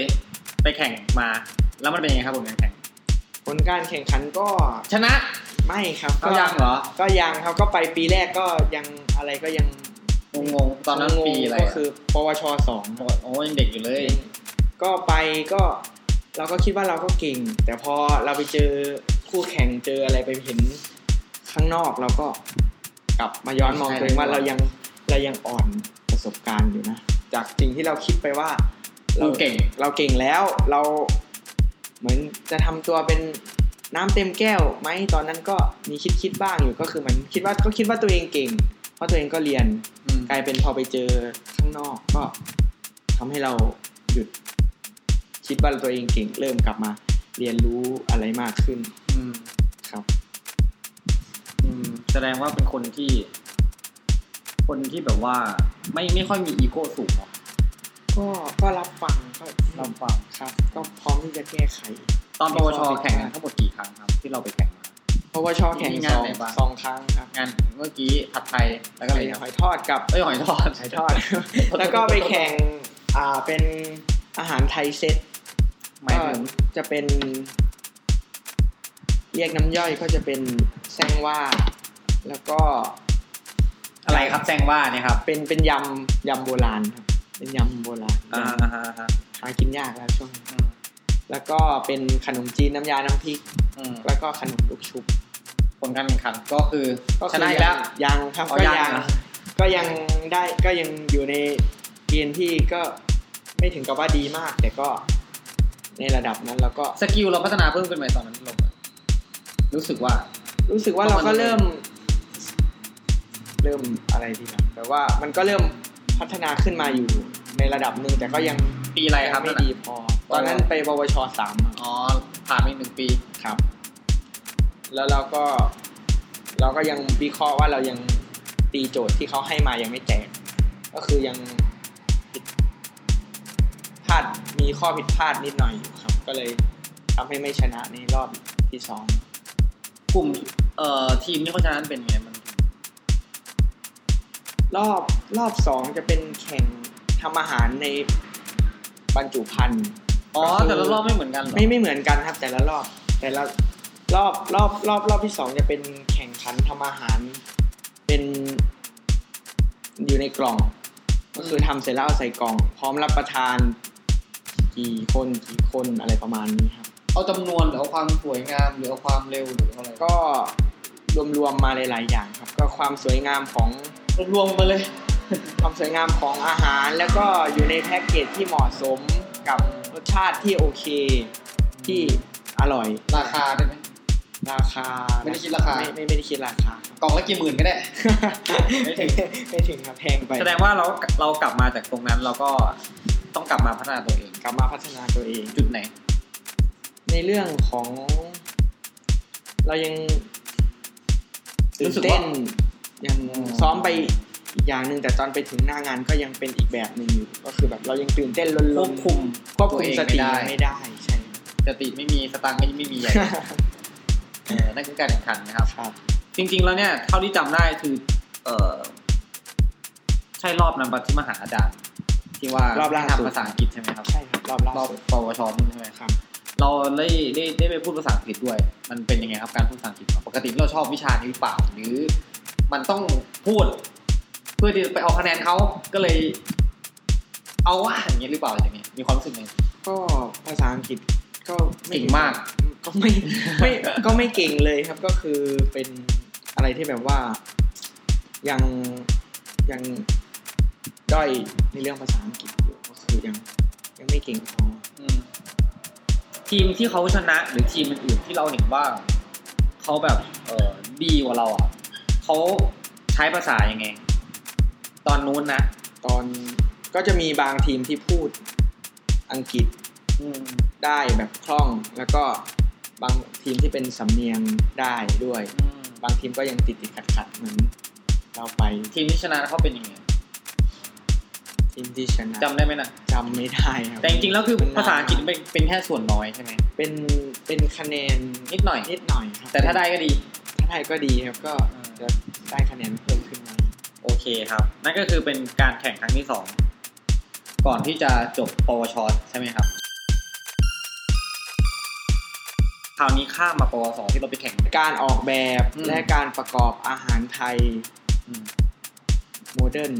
Speaker 1: ไปแข่งมา แล้วมันเป็นยังไงครับผลการแข่ง
Speaker 2: ผลการแข่งขันก็
Speaker 1: ชนะ
Speaker 2: ไม่ครับ
Speaker 1: เขายังเหรอ
Speaker 2: ก็ยังครับก็ไปปีแรกก็ยังอะไรก็ยัง
Speaker 1: งงๆ ตอนนั้นปีอะไร
Speaker 2: ก็
Speaker 1: อะ
Speaker 2: คือ ปวชสอง
Speaker 1: โอ้โอ้ยังเด็กอยู่เลย
Speaker 2: ก็ไปก็เราก็คิดว่าเราก็เก่ง แต่พอเราไปเจอคู่แข่งเจออะไรไปเห็นข้างนอกเราก็กลับมาย้อนมองตัวเองว่าเรายังเรายังอ่อนประสบการณ์อยู่นะ จากสิ่งที่เราคิดไปว่า
Speaker 1: เราเก่ง
Speaker 2: เราเก่งแล้วเราเหมือนจะทำตัวเป็นน้ำเต็มแก้วไหมตอนนั้นก็มีคิดคิดๆบ้างอยู่ก็คือเหมันคิดว่าก็คิดว่าตัวเองเก่ง เพราะตัวเองก็เรียน
Speaker 1: อืม
Speaker 2: กลายเป็นพอไปเจอข้างนอกก็ทำให้เราหยุด คิดว่าตัวเองเก่งเริ่มกลับมา เรียนรู้อะไรมากขึ้น
Speaker 1: อืม
Speaker 2: ครับ
Speaker 1: อืม แสดงว่าเป็นคนที่ คนที่แบบว่า ไม่ไม่ค่อยมีอีโก้สูงเนาะ
Speaker 2: ก็ก็รับฟังก็
Speaker 1: ตามความ
Speaker 2: ครับ ก็พร้อมที่จะแก้ไข
Speaker 1: ตอนปวชแข่งกันทั้งหมดกี่ครั้งครับ ที่เราไปแข่งมา
Speaker 2: เพราะว่าชอบแข่ง
Speaker 1: มี
Speaker 2: ส
Speaker 1: งาน
Speaker 2: อง
Speaker 1: ไหนบ้าง
Speaker 2: สองครั้งครับ
Speaker 1: งานเมื่อกี้ผัดไทย แล้วก็
Speaker 2: ก็
Speaker 1: อะไร
Speaker 2: เลย
Speaker 1: นะ
Speaker 2: หอยทอดกับ
Speaker 1: เอ้ยหอยทอด
Speaker 2: หอยทอด แล้วก็ไปแข่งอ่าเป็นอาหารไทยเซต
Speaker 1: หมายถึง
Speaker 2: ก็จะเป็น เรียกน้ำย่อยก็จะเป็นแซงว่าแล้วก็
Speaker 1: อะไรครับแซงว่าเนี่ยครับ
Speaker 2: เป็นเป็นยำยำโบราณครับ เป็นยำโบราณ
Speaker 1: อ่าย
Speaker 2: ำ
Speaker 1: ฮะฮะ
Speaker 2: หากินยากแล้วช่วงนี้
Speaker 1: อืม
Speaker 2: แล้วก็เป็นขนมจีนน้ำยาน้ำพริก
Speaker 1: อืม
Speaker 2: แล้วก็ขนมลูกชุบ
Speaker 1: ผลการแข่งขันก็คือ
Speaker 2: ก็
Speaker 1: ช
Speaker 2: คือ
Speaker 1: นะอีกแล้ว
Speaker 2: ยังครับ
Speaker 1: อ๋อ
Speaker 2: ก็
Speaker 1: ยัง
Speaker 2: ยัง
Speaker 1: เหรอ
Speaker 2: ก็ยังได้ก็ยังอยู่ในเกณฑ์ที่ก็ไม่ถึงกับว่าดีมาก แต่ก็ในระดับนั้นแล้วก็
Speaker 1: สกิลเราพัฒนาเพิ่มขึ้นไหมตอนนั้นลงอะรู้สึกว่า
Speaker 2: รู้สึกว่าเรา
Speaker 1: ประมา
Speaker 2: ก็
Speaker 1: ณ
Speaker 2: เริ่ม เริ่มอะไรดีนะแต่ว่ามันก็เริ่มพัฒนาขึ้นมาอยู่ในระดับหนึ่งแต่ก็ยัง
Speaker 1: ปีอะไรครับ
Speaker 2: ไม่
Speaker 1: นั่น
Speaker 2: ดี
Speaker 1: น่ะ
Speaker 2: พอ ตอนนั้นไปปวชสามอะ
Speaker 1: อ๋อผ่านไปหนึ่งปี
Speaker 2: ครับ แล้วเราก็ เราก็ยังวิเคราะห์ว่าเรายังตีโจทย์ที่เขาให้มายังไม่แตก ก็คือยังผิดพลาดมีข้อผิดพลาดนิดหน่อยอยู่ครับ ก็เลยทำให้ไม่ชนะในรอบที่สอง
Speaker 1: กลุ่มเอ่อทีมที่เขาชนะนั้นเป็นไงมัน
Speaker 2: รอบรอบสองจะเป็นแข่งทำอาหารในบรรจุภัณฑ์
Speaker 1: อ๋อ
Speaker 2: ก็คือ
Speaker 1: แต่ละรอบไม่เหมือนกันเหรอ
Speaker 2: ไม่ไม่เหมือนกันครับ แต่ละรอบ แต่ละรอบรอบรอบรอบที่สองจะเป็นแข่งขันทำอาหาร เป็นอยู่ในกล่อง ก็คือทำเสร็จแล้วเอาใส่กล่อง พร้อมรับประทาน กี่คนกี่คนอะไรประมาณนี้ครับ
Speaker 1: เอาจำนวนหรือเอาความสวยงามหรือเอาความเร็วหรือเอาอะไร ก็
Speaker 2: ก็รวมๆมาหลายๆอย่างครับ ก็ความสวยงามของ
Speaker 1: รวมๆมาเลย
Speaker 2: ความสวยงามของอาหารแล้วก็อยู่ในแพ็กเกจที่เหมาะสมกับรสชาติที่โอเค ที่อร่อย
Speaker 1: ราคาได้ไหม
Speaker 2: ราคา
Speaker 1: ไม่ได้คิดราคา
Speaker 2: ไม่ไม่ไม่ได้คิดราคาครับ
Speaker 1: กล่องละกี่หมื่นก็ได้ ไม่
Speaker 2: ไม่
Speaker 1: ถึง
Speaker 2: ถึงไม่ถึงครับแพงไป
Speaker 1: แสดงว่าเราเรากลับมาจากตรงนั้นเราก็ต้องกลับมาพัฒนาตัวเอง
Speaker 2: กลับมาพัฒนาตัวเอง
Speaker 1: จุดไหน
Speaker 2: ในเรื่องของ เรายังตื่
Speaker 1: รู้
Speaker 2: น
Speaker 1: สึก
Speaker 2: เต้
Speaker 1: ว่า
Speaker 2: นยังซ้อมไปอีกอย่างหนึ่งแต่ตอนไปถึงหน้างานก็ยังเป็นอีกแบบหนึ่งอยู่ ก็คือแบบเรายังตื่นเต้นลน
Speaker 1: ควบคุม
Speaker 2: ควบ
Speaker 1: ตั
Speaker 2: คุ
Speaker 1: ว
Speaker 2: ม
Speaker 1: เอง
Speaker 2: สติ
Speaker 1: ไม่ได้
Speaker 2: ไม่ได้ใช่
Speaker 1: สติไม่มีสตังค์ก็ไม่ มีอะไร เออนั่นคือการแข่งขันนะครับ
Speaker 2: ครับ
Speaker 1: จริง ๆ แล้วเนี่ยเท่าที่จำได้คือ เออใช่รอบนั้นปะที่มาหาอาจารย์ ที่ว่า
Speaker 2: อบล่าสุด
Speaker 1: ทำภาษาอังกฤษใช่ไหมครับ
Speaker 2: ใช่ครับรอบล่าร
Speaker 1: อบ
Speaker 2: สุด
Speaker 1: ปวชนู่นใช่ไหม
Speaker 2: ครับ
Speaker 1: เราได้ได้ได้ไปพูดภาษาอังกฤษด้วย มันเป็นยังไงครับการพูดภาษาอังกฤษปกติเราชอบวิชานี้หรือเปล่าหรือมันต้องพูด เพื่อที่จะไปเอาคะแนนเขาก็เลย เอาว่าอย่างเงี้ยหรือเปล่าอย่างเงี้ยมีความรู้สึกยังไง
Speaker 2: ก็ภาษาอังกฤษก็ไ
Speaker 1: เก่งมาก
Speaker 2: ก็ไม่ ไม่ก็ไม่เก่งเลยครับก็คือเป็นอะไรที่แบบว่ายังยังด้อยในเรื่องภาษาอังกฤษอยู่ก็คือยังยังไม่เก่งพอ
Speaker 1: อืมทีมที่เขาชนะหรือทีมอื่นๆที่เราเห็นว่า เขาแบบเออดีกว่าเราอ่ะเขาใช้ภาษายังไง ตอนนู้นนะ
Speaker 2: ตอนก็จะมีบางทีมที่พูดอังกฤษได้แบบคล่อง แล้วก็บางทีมที่เป็นสำเนียงได้ด้วย บางทีมก็ยังติดติดขัดขัดๆเหมือนเราไป
Speaker 1: ทีมที่ชนะเขาเป็นยังไง
Speaker 2: ทีมที่ชนะ
Speaker 1: จำได้ไหมนะ
Speaker 2: จำไม่ได้ครับ
Speaker 1: แต่จริงๆแล้วคือ
Speaker 2: มันนน
Speaker 1: ภาษาอังกฤษเป็นเป็นแค่ส่วนน้อยใช่ไหม
Speaker 2: เป็นเป็นคะแนน
Speaker 1: นิดหน่อย
Speaker 2: นิดหน่อยครับ
Speaker 1: แต่ถ้าได้ก็ดี
Speaker 2: ถ้าได้ก็ดีครับก็จะได้คะแนนเพิ่มขึ้นมา
Speaker 1: โอเคครับ นั่นก็คือเป็นการแข่งครั้งที่สองก่อนที่จะจบปวชใช่ไหมครับ คราวนี้ข้ามมาปวสที่เราไปแข่ง
Speaker 2: การออกแบบ
Speaker 1: อืม
Speaker 2: และการประกอบอาหารไทยโมเดิร์น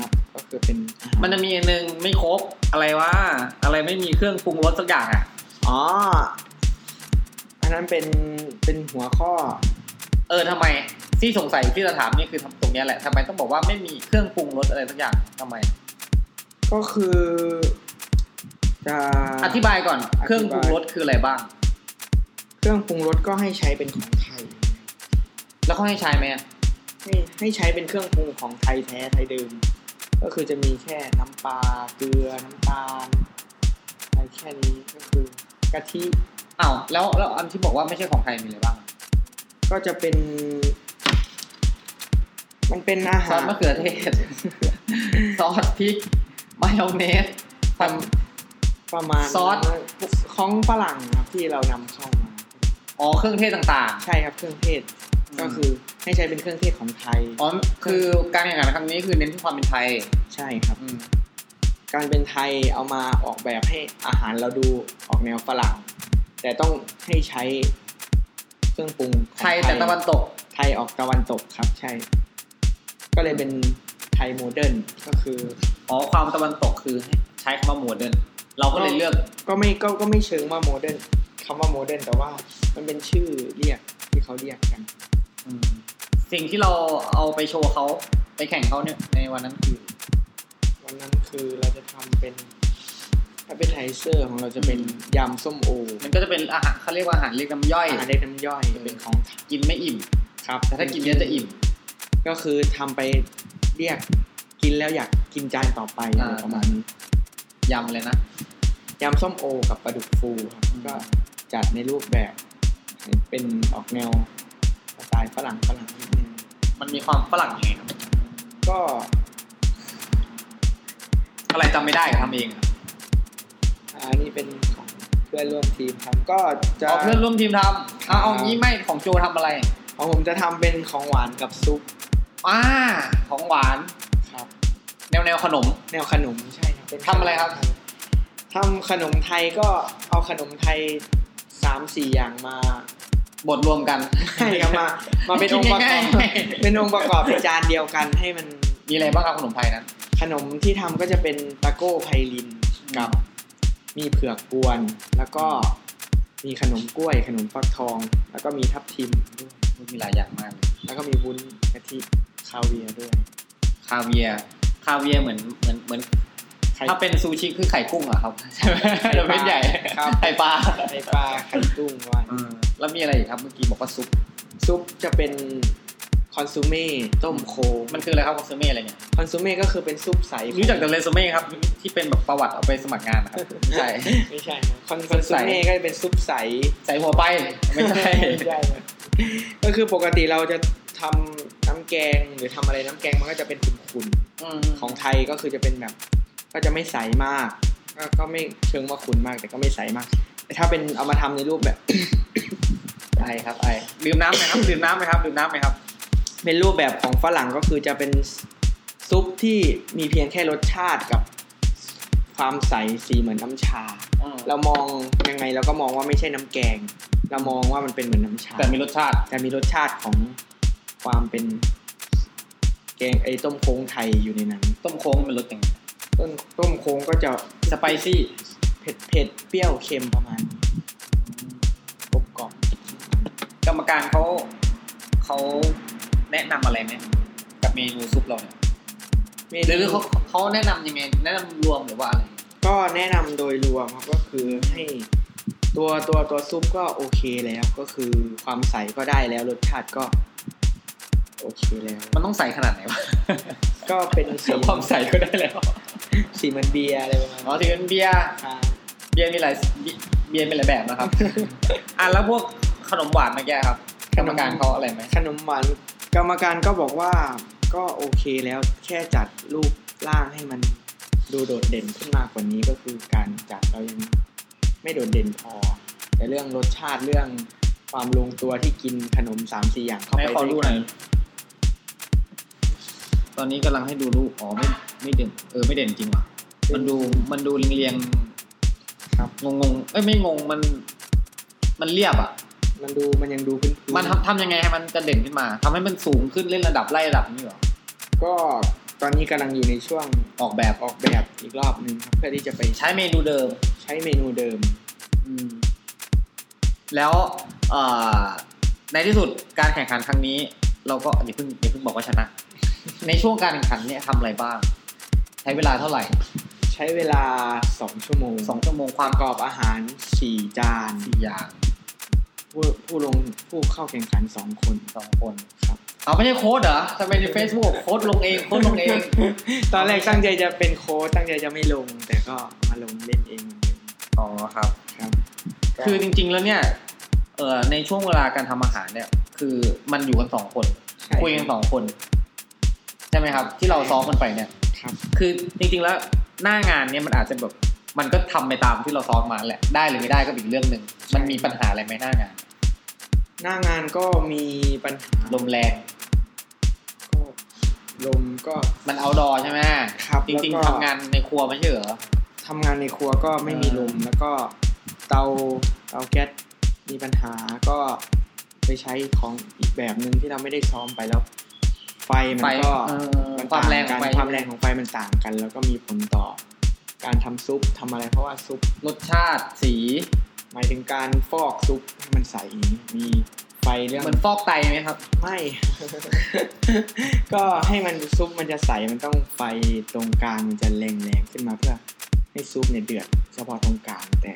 Speaker 2: ครับก็คือเป็นอาหาร
Speaker 1: มันจะมีอันหนึ่งไม่ครบอะไรวะอะไรไม่มีเครื่องปรุงรสสักอย่างอ่ะ
Speaker 2: อ๋อ อันนั้นเป็นเป็นหัวข้อ
Speaker 1: เออทำไมที่สงสัยที่จะถามนี่คือทำตรงเนี้ยแหละทำไมต้องบอกว่าไม่มีเครื่องปรุงรสอะไรสักอย่างทำไม
Speaker 2: ก็คือจะ
Speaker 1: อธิบายก่อนเครื่องปรุงรสคืออะไรบ้าง
Speaker 2: เครื่องปรุงรสก็ให้ใช้เป็นของไทย
Speaker 1: แล้วเขาให้ใช้ไหมอะ
Speaker 2: ให้ให้ใช้เป็นเครื่องปรุงของไทยแท้ไทยเดิม ก็คือจะมีแค่น้ำปลาเกลือน้ำตาลอะไรแค่นี้ก็คือกะทิ
Speaker 1: อ้าวแล้วแล้วอันที่บอกว่าไม่ใช่ของไทยมีอะไรบ้าง
Speaker 2: ก็จะเป็น มันเป็นอา
Speaker 1: ซอ
Speaker 2: หาร
Speaker 1: สมะเขือเทศ ซอสพริก มายองเนสท
Speaker 2: ประมาณ
Speaker 1: ซอส
Speaker 2: นั้นของฝรั่งครับที่เรานำเข้ามา
Speaker 1: ำอ๋อเครื่องเทศต่าง
Speaker 2: ใช่ครับเครื่องเทศ
Speaker 1: อืม
Speaker 2: ก็คือให้ใช้เป็นเครื่องเทศของไทย
Speaker 1: ๆ อ๋อคือการแข่งขันครั้งนี้คือเน้นที่ความเป็นไทย
Speaker 2: ใช่ครับ
Speaker 1: อืม
Speaker 2: การเป็นไทยเอามาออกแบบให้อาหารเราดูออกแนวฝรั่ง แต่ต้องให้ใช้เครื่องปรุงของ
Speaker 1: ไทยแต่ตะวันตก
Speaker 2: ไทยออกตะวันตกครับ ใช่ ก็เลยเป็นไทยโมเดิร์นก็คือ
Speaker 1: อ๋อความตะวันตกคือใช้คำว่าโมเดิร์นเราก็เลยเลือก
Speaker 2: ก็ไม่ก็ก็ไม่เชิงว่าโมเดิร์นคำว่าโมเดิร์นแต่ว่ามันเป็นชื่อเรียกที่เขาเรียกกัน
Speaker 1: อืมสิ่งที่เราเอาไปโชว์เขาไปแข่งเขาเนี่ยในวันนั้นคือ
Speaker 2: วันนั้นคือเราจะทำเป็นแอปเปิลไทเซอร์ของเราจะเป็น
Speaker 1: อืม
Speaker 2: ยำส้มโอ
Speaker 1: มันก็จะเป็นอาหารเขาเรียกว่าอาหารเรียกน้ำย่อย
Speaker 2: อาหารได้น้ำย่อย
Speaker 1: เออ
Speaker 2: เป็นของ
Speaker 1: กินไม่อิ่ม
Speaker 2: ครับ
Speaker 1: แต่ถ้ากินเยอะจะอิ่ม
Speaker 2: ก็คือทำไปเรียกกินแล้วอยากกินจานต่อไป
Speaker 1: อ่า
Speaker 2: อะไรประมาณนี้
Speaker 1: ยำเลยนะ
Speaker 2: ยำส้มโอ กับปลาดุกฟูครับ
Speaker 1: อืม
Speaker 2: ก็จัดในรูปแบบเป็นออกแนวสไตล์ฝรั่งฝรั่งนิดนึง
Speaker 1: มันมีความฝรั่งยังไงครับ
Speaker 2: ก็
Speaker 1: อะไรจำไม่ได้ทำเองครับ
Speaker 2: อันนี้เป็นของเพื่อนร่วมทีมครับก็จะ
Speaker 1: เอาเพื่อนร่วมทีมทำเอาเอางี้ไม่ของโจทำอะไร
Speaker 2: ของผมจะทำเป็นของหวานกับซุป
Speaker 1: อ่าของหวาน
Speaker 2: ครับ
Speaker 1: แนวแนวขนม
Speaker 2: แนวขนมใช่ครับเป็น
Speaker 1: ทำอะไรครับ
Speaker 2: ทำขนมไทยก็เอาขนมไทยสามสี่อย่างมา
Speaker 1: บทรวมกัน
Speaker 2: ให้กันมา มาเป็นองค์ประกอบ
Speaker 1: กินง่ายๆ
Speaker 2: เป็นองค์ประกอบในจานเดียวกันให้มัน
Speaker 1: มีอะไรบ้างครับขนมไทยนั้น
Speaker 2: ขนมที่ทำก็จะเป็นตะโก้ไพลินกับ มีเผือกกวน แล้วก็มีขนมกล้วย ขนมฟักทอง แล้วก็มีทับทิมด้วย
Speaker 1: มันมีหลายอย่างมากเลย
Speaker 2: แล้วก็มีวุ้นกะทิคาเวียร์ด้วย
Speaker 1: คาเวียร์คาเวียร์เหมือนเหมือนเหมือน
Speaker 2: ไข่
Speaker 1: ถ้าเป็นซูชิคือไข่กุ้งเหรอะครับใช่ไหม
Speaker 2: ไข่ปลา
Speaker 1: เราเป็นใหญ่
Speaker 2: ครับ
Speaker 1: ไข่ปลา
Speaker 2: ไข่ปลาไข่กุ้งวัน
Speaker 1: อืมแล้วมีอะไรอีกครับเมื่อกี้บอกว่าซุป
Speaker 2: ซุปจะเป็นคอนซูเม่ต้มโคง
Speaker 1: มันคืออะไรครับคอนซูเม่อะไรเนี่ย
Speaker 2: คอนซูเม่ก็คือเป็นซุปใส
Speaker 1: รู้จักแต่เรซูเม่ครับที่เป็นแบบประวัติเอาไปสมัครงานนะครับไม่ใช่
Speaker 2: ไม่ใช่นะคอนคอนซู
Speaker 1: ซุป
Speaker 2: เม่
Speaker 1: ใส
Speaker 2: ก็จะเป็นซุปใส
Speaker 1: ใส่หัวไปไม่ใช่
Speaker 2: ไม่ใช่นะก็คือปกติเราจะทำน้ำแกงหรือทำอะไรน้ำแกงมันก็จะเป็นขุ่นๆของไทยก็คือจะเป็นแบบ ก็จะไม่ใสมาก ก็ก็ไม่เชิงว่าขุ่นมากแต่ก็ไม่ใสมาก แต่ถ้าเป็นเอามาทำในรูปแบบ
Speaker 1: ไอครับไอดื่มน้ำไหมครับดื่มน้ำไหมครับดื่มน้ำไหมครับ
Speaker 2: เป็นรูปแบบของฝรั่งก็คือจะเป็นซุปที่มีเพียงแค่รสชาติกับความใสสีเหมือนน้ำชา เรามองยังไงเราก็มองว่าไม่ใช่น้ำแกง เรามองว่ามันเป็นเหมือนน้ำชา
Speaker 1: แต่มีรสชาติ
Speaker 2: แต่มีรสชาติของความเป็นแกงไอ้ต้มโค้งไทยอยู่ในนั้น
Speaker 1: ต้มโค้งเป็นรสยังไง
Speaker 2: ต้นต้มโค้งก็จะ
Speaker 1: สไปซี่
Speaker 2: เผ็ดเผ็ดเปรี้ยวเค็มประมาณนี้กลมกล่อม
Speaker 1: กรรมการเขาเขาแนะนำอะไรไหมกับเมนูซุปเราเนี่ย
Speaker 2: เม
Speaker 1: หรือ
Speaker 2: นู
Speaker 1: เขาเขาแนะนำยังไงแนะนำรวมหรือว่าอะไร
Speaker 2: ก็แนะนำโดยรวมครับก็คือให้ ตัวตัวตัวซุปก็โอเคแล้วก็คือความใสก็ได้แล้วรสชาติก็ โอเคแล้ว
Speaker 1: มันต้องใส่ขนาดไหนวะ
Speaker 2: ก็เป็นสี
Speaker 1: ความใส่ก็ได้แล้ว
Speaker 2: สีเหมือนเบียร์อะไรประมาณ
Speaker 1: อ๋อ
Speaker 2: นั้น
Speaker 1: ถือเป็นเบียร์
Speaker 2: ครับ
Speaker 1: เบียร์มีหลายเบียร์มีหลายแบบนะครับ อ่ะแล้วพวกขนมหวานเมื่อกี้ครับกรรมการเขาอะไรไหม
Speaker 2: ขนมหวานกรรมการก็บอกว่าก็โอเคแล้วแค่จัดรูปร่างให้มันดูโดดเด่นขึ้นมากกว่านี้ก็คือการจัดเรายังไม่โดดเด่นพอ แต่เรื่องรสชาติเรื่องความลงตัวที่กินขนมสามสี่อย่างเข้า
Speaker 1: ไหน
Speaker 2: ไป
Speaker 1: ขอดู
Speaker 2: ด้วย
Speaker 1: หน่
Speaker 2: กั
Speaker 1: อน ยตอนนี้กำลังให้ดูรูปอ๋อไม่ไม่เด่นเออไม่เด่นจริงว่ะ มันดูมันดูเรียงๆครับงงงๆเอ้ยไม่งงมัน มันเรียบอ่ะ
Speaker 2: มันดูมันยังดูพื้นๆ
Speaker 1: มันทำทำยังไงให้มันจะเด่นขึ้นมาทำให้มันสูงขึ้นเล่นระดับไล่ระดับนี่เหรอ
Speaker 2: ก็ตอนนี้กำลังอยู่ในช่วง
Speaker 1: ออกแบบ
Speaker 2: ออกแบบอีกรอบหนึ่งครับเพื่อที่จะไป
Speaker 1: ใช้เมนูเดิม
Speaker 2: ใช้เมนูเดิม
Speaker 1: อืม แล้วเอ่อในที่สุดการแข่งขันครั้งนี้ เราก็อย่าเพิ่งอย่าเพิ่งบอกว่าชนะ ในช่วงการแข่งขันเนี่ยทำอะไรบ้าง ใช้เวลาเท่าไหร่
Speaker 2: ใช้เวลาสองชั่วโมง
Speaker 1: สองชั่วโมงค
Speaker 2: ป
Speaker 1: วาม
Speaker 2: ระกอบอาหารสี่จาน
Speaker 1: สี่อย่าง
Speaker 2: ผู้ผู้ลงผู้เข้าแข่งขันสองคน
Speaker 1: สองคน
Speaker 2: ครับ
Speaker 1: เอาไม่ใช่โค้ดเหรอทำไมในเฟซบุ๊กโค้ดลงเองโค้ดลงเอง
Speaker 2: ตอนแรกตั้งใจจะเป็นโค้ชตั้งใจจะไม่ลง แต่ก็มาลงเล่นเองเหมือนเดิม
Speaker 1: อ๋อครับ
Speaker 2: ครับก็
Speaker 1: คือจริง ๆ แล้วเนี่ย เอ่อในช่วงเวลาการทำอาหารเนี่ย คือมันอยู่กันสองคน
Speaker 2: ใช่
Speaker 1: คุยกันสองคน ใช่ไหมครับ ที่เราซ้อมกันไปเนี่ย
Speaker 2: ครับ
Speaker 1: คือจริงๆแล้วหน้างานเนี่ยมันอาจจะแบบมันก็ทำไปตามที่เราซ้อมมาแหละ ได้หรือไม่ได้ก็เป็นอีกเรื่องหนึ่งมันมีปัญหาอะไรไหมหน้างาน
Speaker 2: หน้างานก็มีปัญหา
Speaker 1: ลมแรง
Speaker 2: ก็ลมก็
Speaker 1: มันเอาดอใช่ไหม
Speaker 2: ครับ
Speaker 1: จริง
Speaker 2: แล้ว
Speaker 1: ๆ
Speaker 2: ก็
Speaker 1: ทำงานในครัวไม่ใช่เหรอ
Speaker 2: ทำงานในครัวก็ไม่มีลมแล้วก็เตาเตาแก๊สมีปัญหาก็ไปใช้ของอีกแบบหนึ่งที่เราไม่ได้ซ้อมไปแล้ว ไฟมั
Speaker 1: ไฟ
Speaker 2: นก็
Speaker 1: เออ
Speaker 2: มัน
Speaker 1: ความแรงข
Speaker 2: ต่
Speaker 1: องไฟ
Speaker 2: กันความแรงของไฟมันต่างกัน แล้วก็มีผลต่อ การทำซุปทำอะไรเพราะว่าซุป
Speaker 1: รสชาติสี
Speaker 2: หมายถึงการฟอกซุปให้มันใสมีไฟเรื่อง
Speaker 1: เหมือนฟอกไตไหมครับ
Speaker 2: ไม่ ก็ให้มันซุปมันจะใสมันต้องไฟตรงกลางมันจะแรงๆขึ้นมาเพื่อให้ซุปเนี่ยเดือดเฉพาะตรงกลางแต่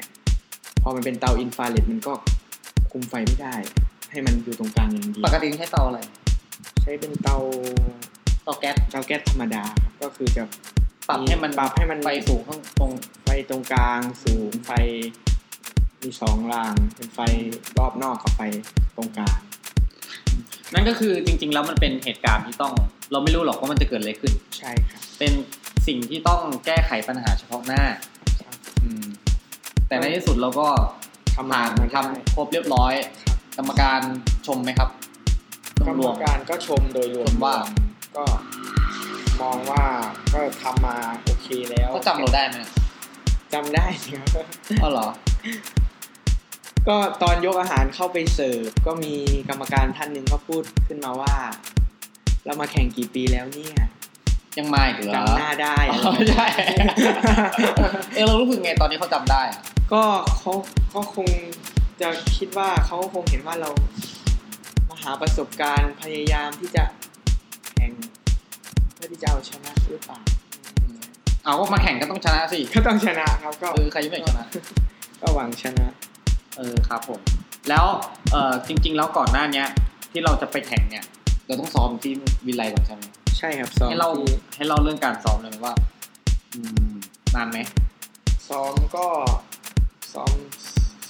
Speaker 2: พอมันเป็นเตาอินฟราเรดมันก็คุมไฟไม่ได้ ให้มันอยู่ตรงกลางอย่างเดีย
Speaker 1: ป
Speaker 2: ว
Speaker 1: กติใช้เตาอะไร
Speaker 2: ใช้เป็นเตา
Speaker 1: เตาแก๊ส
Speaker 2: เตาแก๊สธรรมดาครับก็คือจะ
Speaker 1: ปรับให้มัน
Speaker 2: ปรับให้มัน
Speaker 1: ไฟสูงข้างตรง
Speaker 2: ไฟตรงกลางสูงไฟมีสองราง เป็นไฟรอบนอกกับไฟตรงกลาง
Speaker 1: นั่นก็คือจริง ๆ แล้วมันเป็นเหตุการณ์ที่ต้อง เราไม่รู้หรอกว่ามันจะเกิดอะไรขึ้น
Speaker 2: ใช่ครับ
Speaker 1: เป็นสิ่งที่ต้องแก้ไขปัญหาเฉพาะหน้า อืม แต่ในที่สุดเราก็
Speaker 2: ทำ
Speaker 1: ผ่าน
Speaker 2: มได้
Speaker 1: ทำครบเรียบร้อย
Speaker 2: ค
Speaker 1: ก
Speaker 2: รับ
Speaker 1: รรมการชมไหมครับ
Speaker 2: กรร
Speaker 1: ร
Speaker 2: ม
Speaker 1: วม
Speaker 2: การก็ชมโดยรว
Speaker 1: ช
Speaker 2: ม
Speaker 1: มว่า
Speaker 2: ก็มองว่าก็ทำมาโอเคแล้ว
Speaker 1: ๆก็จำเราได้ไหม
Speaker 2: จำได้สิครับ
Speaker 1: อ๋อเหรอ
Speaker 2: ก็ตอนยกอาหารเข้าไปเสิร์ฟก็มีกรรมการท่านหนึ่งก็พูดขึ้นมาว่า เรามาแข่งกี่ปีแล้วเนี่ย
Speaker 1: ยังมาอีกเหรอ
Speaker 2: จำหน้าได้
Speaker 1: อ๋อใช่ เออเรารู้สึกไงตอนนี้เขาจำได้อะ
Speaker 2: ก็เขาเขาคงจะคิดว่าเขาคงเห็นว่าเรามาหาประสบการณ์พยายามที่จะแข่งเพื่อที่จะเอาชนะหรือเปล่า
Speaker 1: เอาก็มาแข่งก็ต้องชนะสิ
Speaker 2: ก็ต้องชนะครับก็
Speaker 1: เออใครจะไม่อยากชนะ
Speaker 2: ก็หวังชนะ
Speaker 1: เออครับผม แล้วเออจริง ๆ แล้วก่อนหน้าเนี้ย ที่เราจะไปแข่งเนี่ย เราต้องซ้อมที่วิไลก่อนใช่ไหม
Speaker 2: ใช่ครับซ้อม
Speaker 1: ให้เรา
Speaker 2: ที่
Speaker 1: ให้เราเรื่องการซ้อมเลยไหมว่า อืมนานไหม
Speaker 2: ซ้อมก็ซ้อม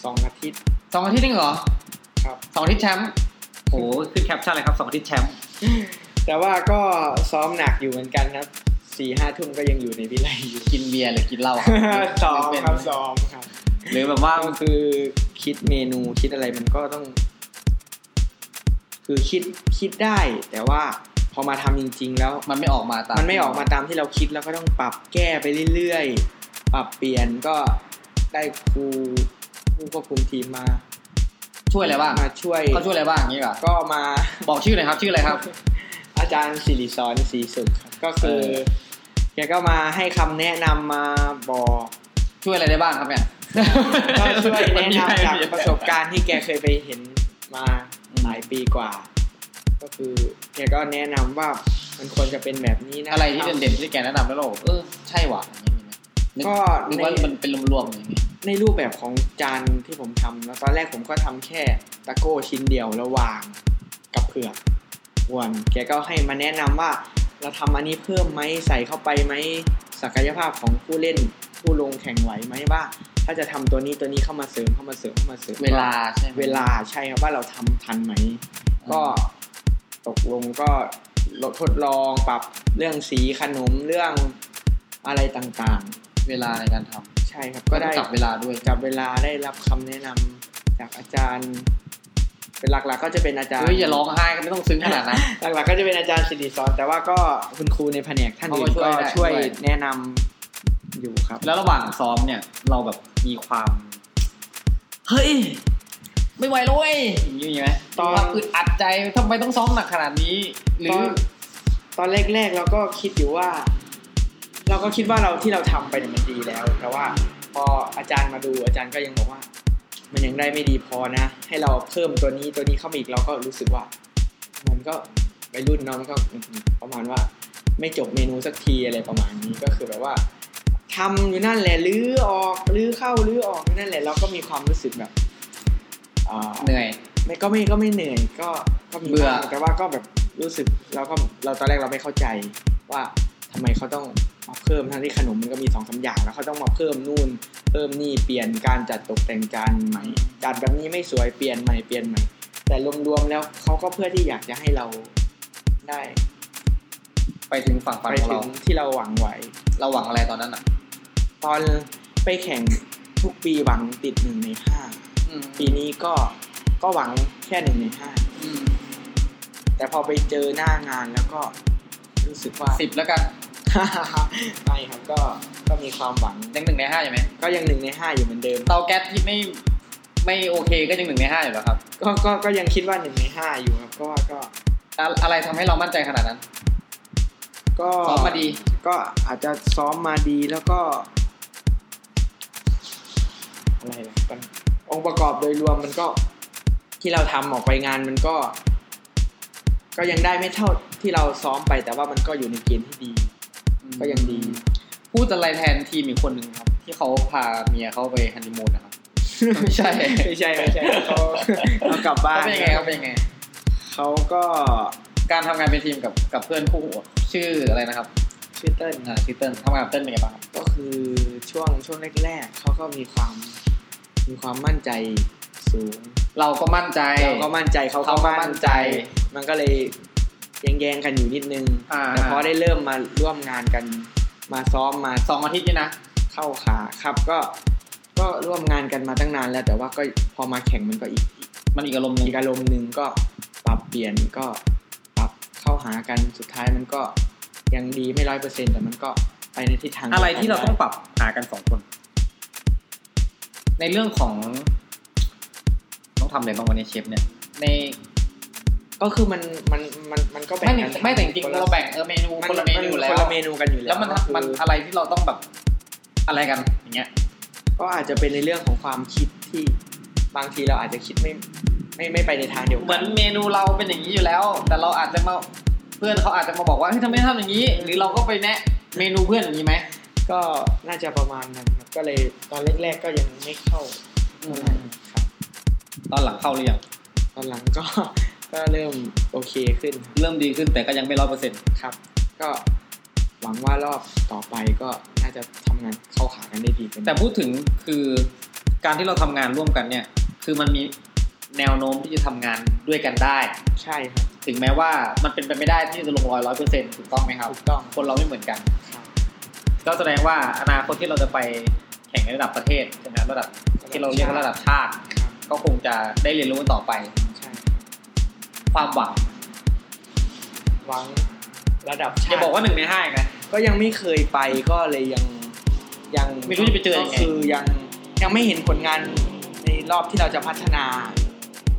Speaker 2: สองอาทิตย์
Speaker 1: สองอาทิตย์นึงเหรอ
Speaker 2: ครับ
Speaker 1: สองอาทิตย์แชมป์โอ้โหขึ้นแคปชั่นเลยครับสองอาทิตย์แชมป์
Speaker 2: แต่ว่าก็ซ้อมหนักอยู่เหมือนกันครับสี่ห้าทุ่มก็ยังอยู่ในวิไล อยู่
Speaker 1: กินเบียร์หรือกินเหล้า
Speaker 2: ซ้อม
Speaker 1: เป็น
Speaker 2: ครับซ้อมครับ
Speaker 1: หรือแบบว่า
Speaker 2: ก็คือคิดเมนูคิดอะไรมันก็ต้อง คือคิดคิดได้ แต่ว่าพอมาทำจริง ๆ แล้ว
Speaker 1: มันไม่ออกมาตาม
Speaker 2: มันไม่ออกมาตามที่เราคิดแล้วก็ต้องปรับแก้ไปเรื่อยๆ ปรับเปลี่ยนก็ได้ครูผู้ควบคุมทีมมา
Speaker 1: ช่วยอะไรบ้าง
Speaker 2: มาช่วย
Speaker 1: เขาช่วยอะไรบ้างอย่างนี้ก่อน
Speaker 2: ก็มา
Speaker 1: บอกชื่อหน่อยครับ ชื่ออะไรครับ
Speaker 2: อาจารย์สิริสอนศรีสุขครับก็คื
Speaker 1: เอ
Speaker 2: อ
Speaker 1: อ
Speaker 2: แกก็มาให้คำแนะนำมาบอก
Speaker 1: ช่วยอะไรได้บ้างครับเนี่ย
Speaker 2: ก็ช่วยแนะนำจาก
Speaker 1: มันมีใค
Speaker 2: ประสบการณ์ที่แกเคยไปเห็นมาหลายปีกว่า ก็คือแกก็แนะนำว่ามันควรจะเป็นแบบนี้นะ
Speaker 1: อะไรที่เด่นๆที่แกแนะนำแล้วเราบอกเออใช่ว่ะอย่างนี้มีไหมนึ
Speaker 2: ก็
Speaker 1: นึกว่า
Speaker 2: ใน
Speaker 1: มันเป็นรวมๆอย่างนี้
Speaker 2: ในรูปแบบของจานที่ผมทำแล้วตอนแรกผมก็ทำแค่ตะโก้ชิ้นเดียวแล้ววางกับเผือกอ้วนแกก็ให้มาแนะนำว่า เราทำอันนี้เพิ่มไหมใส่เข้าไปไหมศักยภาพของผู้เล่นผู้ลงแข่งไหวไหมว่า ถ้าจะทำตัวนี้ตัวนี้เข้ามาเสริมเข้ามาเสริมเข้ามาเสริม
Speaker 1: เวลาใช่ไหม
Speaker 2: เวลาใช่ครับว่าเราทำทันไหม ก็ตกลงก็ลดทดลองปรับเรื่องสีขนมเรื่องอะไรต่าง
Speaker 1: เวลาในการทำ
Speaker 2: ๆ ใช่ครับก็ได้
Speaker 1: จับเวลาด้วย
Speaker 2: จับเวลาได้รับคำแนะนำจากอาจารย์ เป็นหลักๆ ก็จะเป็นอาจารย์
Speaker 1: เฮ้ยอย่าร้องไห้กันไม่ต้องซึ้งขนาดนั้น
Speaker 2: หลักๆ ก็จะเป็นอาจารย์สิริสอนแต่ว่าก็คุณครูในแผนกท่านอื่น
Speaker 1: เขาก็
Speaker 2: ก็
Speaker 1: ช่
Speaker 2: ช่ว
Speaker 1: วย
Speaker 2: ย
Speaker 1: ได้
Speaker 2: แนะนำอยู่ครับ
Speaker 1: แล้วระหว่างซ้อมเนี่ย เราแบบมีความ เฮ้ย ไม่ไหวแล้วเว้ยอย่างนี้มีไหม
Speaker 2: ตอน
Speaker 1: ความอึดอัดใจทำไมต้องซ้อมหนักขนาดนี้ หรื
Speaker 2: ต
Speaker 1: อ
Speaker 2: อนตอนแรกๆเราก็คิดอยู่ว่า เราก็คิดว่าเราที่เราทำไปเนี่ยมันดีแล้ว แต่ว่าพออาจารย์มาดูอาจารย์ก็ยังบอกว่า มันยังได้ไม่ดีพอนะ ให้เราเพิ่มตัวนี้ตัวนี้เข้ามาอีกเราก็รู้สึกว่า มันก็วัยรุ่นเน้องก็ประมาณว่า ไม่จบเมนูสักทีอะไรประมาณนี้ก็คือแบบว่าทำอยู่นั่นแหละลื้อออกลื้อเข้าลื้อออกอยู่นั่นแหละเราก็มีความรู้สึกแบบอ่า
Speaker 1: เหนื่อย
Speaker 2: ไม่ก็ไม่ก็ไม่เหนื่อยก็ก็มี
Speaker 1: เบื่อ
Speaker 2: บ้างแต่ว่าก็แบบรู้สึกเราก็เราตอนแรกเราไม่เข้าใจว่าทำไมเขาต้องมาเพิ่มทั้งที่ขนมมันก็มีสองสามอย่างแล้วเขาต้องมาเพิ่มนู่น เพิ่มนี่เปลี่ยนการจัดตกแต่งจานใหม่จานแบบนี้ไม่สวยเปลี่ยนใหม่เปลี่ยนใหม่ แต่รวมๆแล้วเขาก็เพื่อที่อยากจะให้เราได้
Speaker 1: ไปถึงฝั่งฝัน
Speaker 2: ไป
Speaker 1: ของ
Speaker 2: ถึ
Speaker 1: เรา
Speaker 2: งที่เราหวังไว้
Speaker 1: เราหวังอะไรตอนนั้นอ่ะ
Speaker 2: ตอนไปแข่งทุกปีหวังติดหนึ่งในห้าปีนี้ก็ก็หวังแค่หนึ่งในห้า
Speaker 1: อืม
Speaker 2: แต่พอไปเจอหน้างานแล้วก็รู้สึกว่า
Speaker 1: สิบแล้วกัน
Speaker 2: ไม่ครับก็ก็มีความหวัง
Speaker 1: ยังหนึ่งในห้าอยู่ไหม
Speaker 2: ก็ยังหนึ่งในห้าอยู่เหมือนเดิม
Speaker 1: เตาแก๊สที่ไม่ไม่โอเคก็ยังหนึ่งในห้าอยู่แล้วครับ
Speaker 2: ก็ก็ก็ยังคิดว่าหนึ่งในห้าอยู่ครับ ก็ก็
Speaker 1: อะอะไรทำให้เรามั่นใจขนาดนั้น
Speaker 2: ก็
Speaker 1: ซ้อมมาดี
Speaker 2: ก็อาจจะซ้อมมาดีแล้วก็ อะไรล่ะกันองค์ประกอบโดยรวมมันก็ ที่เราทำออกไปงานมันก็ ก็ยังได้ไม่เท่าที่เราซ้อมไป แต่ว่ามันก็อยู่ในเกณฑ์ที่ดี ก็ยังดี
Speaker 1: พูดอะไรแทนทีมอีกคนหนึ่งครับ ที่เขาพาเมียเขาไปฮันนีมูนนะครับ ไม่ใช่
Speaker 2: ไม่ใช่ไม่ใช่เขา เขากลับบ้าน
Speaker 1: เขาเป็นยังไงครับเป็นยังไง
Speaker 2: เขาก็
Speaker 1: การทำงานเป็นทีมกับกับเพื่อนคู่หูชื่ออะไรนะครับ
Speaker 2: ชื่อเติ้ล
Speaker 1: อ่าชื่อเติ้ลทำงานกับเติ้ลเป็นไงบ้างครับ
Speaker 2: ก็คือช่วงช่วงแรกๆเขาก็มีความมีความมั่นใจสูง
Speaker 1: เราก็มั่นใจ
Speaker 2: เราก็มั่นใจเขาก็
Speaker 1: เขาก็มั่
Speaker 2: มั่
Speaker 1: น
Speaker 2: น
Speaker 1: ใจ
Speaker 2: ใจ มันก็เลยแย่งๆกันอยู่นิดนึง
Speaker 1: อ่า
Speaker 2: แต่พอได้เริ่มมาร่วมงานกันมาซ้อมมา
Speaker 1: สองอาทิตย์นี่นะ
Speaker 2: เข้าขาครับก็ก็ร่วมงานกันมาตั้งนานแล้ว แต่ว่าก็พอมาแข่งมันก็อีก
Speaker 1: มันอีกอารมณ์หนึง
Speaker 2: อีกอารมณ์หนึ่งก็ปรับเปลี่ยนก็ปรับเข้าหากันสุดท้ายมันก็ยังดีไม่ร้อยเปอร์เซ็นต์แต่มันก็ไปในทิศทางดียว
Speaker 1: อะ
Speaker 2: กัน
Speaker 1: ไรที่เราต้อง
Speaker 2: ได้
Speaker 1: ปรับหากันสองคน ในเรื่องของ ต้องทำอะไรบ้างวันนี้เชฟเนี่ย ใน
Speaker 2: ก็คือมันมันมันมันก็แบ่
Speaker 1: ไม่
Speaker 2: งกัน
Speaker 1: ไม่แต่จริง
Speaker 2: คน
Speaker 1: ๆ
Speaker 2: ละ
Speaker 1: เราแบ่งเออเมนู
Speaker 2: มัน
Speaker 1: คนละเมนูแล้
Speaker 2: ค
Speaker 1: วน
Speaker 2: ละเมนูกันอยู่แล้ว
Speaker 1: แล้วมัน
Speaker 2: คือ
Speaker 1: มันอะไรที่เราต้องแบบ อะไรกันอย่างเงี้ย
Speaker 2: ก็อาจจะเป็นในเรื่องของความคิดที่บางทีเราอาจจะคิดไม่ไม่ไม่ไปในทางเดียว
Speaker 1: เหมื
Speaker 2: กั
Speaker 1: อนเมนูเราเป็นอย่างนี้อยู่แล้ว แต่เราอาจจะมาเพื่อนเขาอาจจะมาบอกว่าเฮ้ยทำไมทำอย่างนี้ หรือเราก็ไปแนะเมนูเพื่อนอย่างนี้ไหม
Speaker 2: ก็น่าจะประมาณนั้นครับก็เลยตอนแรกๆก็ยังไม่เข้าเท่าไหร่ครับ
Speaker 1: ตอนหลังเข้าเรียง
Speaker 2: ตอนหลังก็ ก็เริ่มโอเคขึ้นครับ
Speaker 1: เริ่มดีขึ้นแต่ก็ยังไม่ร้อยเปอร์เซ็นต์
Speaker 2: ครับ ก็หวังว่ารอบต่อไปก็น่าจะทำงานเข้าขากันได้ดีเป็น
Speaker 1: แต่พูดถึงคือการที่เราทำงานร่วมกันเนี่ย คือมันมีแนวโน้มที่จะทำงานด้วยกันได้
Speaker 2: ใช่ครับ
Speaker 1: ถึงแม้ว่ามันเป็นไปไม่ได้ที่จะลงรอยร้อยเปอร์เซ็นต์ถูกต้องไหมครับ
Speaker 2: ถูกต้อง
Speaker 1: คนเราไม่เหมือนกัน
Speaker 2: ครับ
Speaker 1: ก็แสดงว่าอนาคตที่เราจะไปแข่งในระดับประเทศใช่ไหมระดับที่เราเรียกว่าระดับชาติ
Speaker 2: ครับ
Speaker 1: ก็คงจะได้เรียนรู้กันต่อไป
Speaker 2: ใช่
Speaker 1: ความหวัง
Speaker 2: หวังระดับ
Speaker 1: อย่า
Speaker 2: ชาติ
Speaker 1: บอกว่าหนึ่งในห้าอีกนะ
Speaker 2: ก็ยังไม่เคยไปก็เลยยังยัง
Speaker 1: ไม่รู้จะไปเจอยังไง
Speaker 2: ก็คือยังยังไม่เห็นผลงานในรอบที่เราจะพัฒนา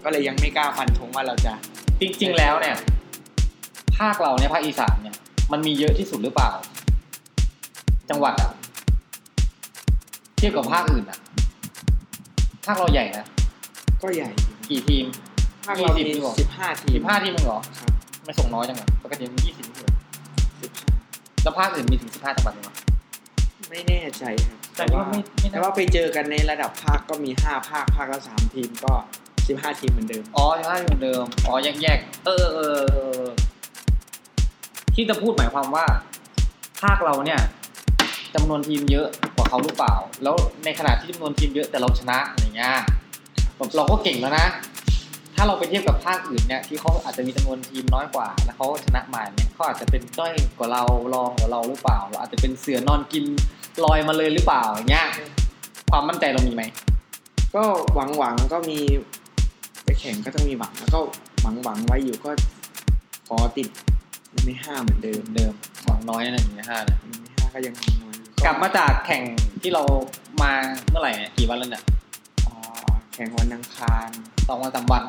Speaker 2: ก็เลยยังไม่กล้าฟันธงว่าเราจะ
Speaker 1: จริง ๆ แล้วเนี่ย ภาคเราเนี่ยภาคอีสานเนี่ย มันมีเยอะที่สุดหรือเปล่า จังหวัดอะเทียบกับภาคอื่นอะภาคเราใหญ่นะ
Speaker 2: ก็ใหญ่
Speaker 1: กี่ทีม
Speaker 2: ภาคเรา
Speaker 1: ยี่
Speaker 2: มี
Speaker 1: สิบ
Speaker 2: สิบห้าที
Speaker 1: สิ
Speaker 2: ม
Speaker 1: บห้าทีมเองเหรอ
Speaker 2: ครับ
Speaker 1: ทำไม่ส่งน้อยจังอะปกติมันยี่สิบทีม
Speaker 2: สิบ
Speaker 1: แล้วภาคอื่นมีถึงสิบห้าจังหวัดเลยเหรอ
Speaker 2: ไม่แน่ใจครับ
Speaker 4: แต่ว่าไม่ไม่
Speaker 2: แต่
Speaker 4: น่า
Speaker 2: ว่าไปเจอกันในระดับภาคก็มีห้าภาคภาคละสามทีมก็สิบห้าทีมเหมือนเดิม
Speaker 1: อ๋อยังได้เหมือนเดิม อ๋อแยกแยกๆเออเออเออเออ ที่จะพูดหมายความว่า ภาคเราเนี่ยจำนวนทีมเยอะกว่าเขาหรือเปล่า แล้วในขณะที่จำนวนทีมเยอะแต่เราชนะอะไรเงี้ยแบบเราก็เก่งแล้วนะ ถ้าเราไปเทียบกับภาคอื่นเนี่ย ที่เขาอาจจะมีจำนวนทีมน้อยกว่า แล้วเขาชนะมาเนี่ยเขาอาจจะเป็นด้อยกว่าเรารองกว่าเราหรือเปล่าเราอาจจะเป็นเสือนอนกินลอยมาเลยหรือเปล่าอย่างเงี้ยความมั่นใจเรามีไหม
Speaker 2: ก็หวังหวังๆก็มีไปแข่งก็ต้องมีหวังแล้วก็หวังหวังๆไว้อยู่ก็ขอติดไม่ห้าเหมือนเดิม
Speaker 1: เหมือนเดิมหวังน้อยอะไรอย่างเงี้ยฮะ
Speaker 2: ไม่ห้าก็ยังน้อยอยู่
Speaker 1: กลับมาจากแข่งที่เรามาเมื่อไหร่เนี่ยกี่วันแล้วเนี่ย
Speaker 2: อ๋อแข่งวันอังคาร
Speaker 1: สองวันสามวัน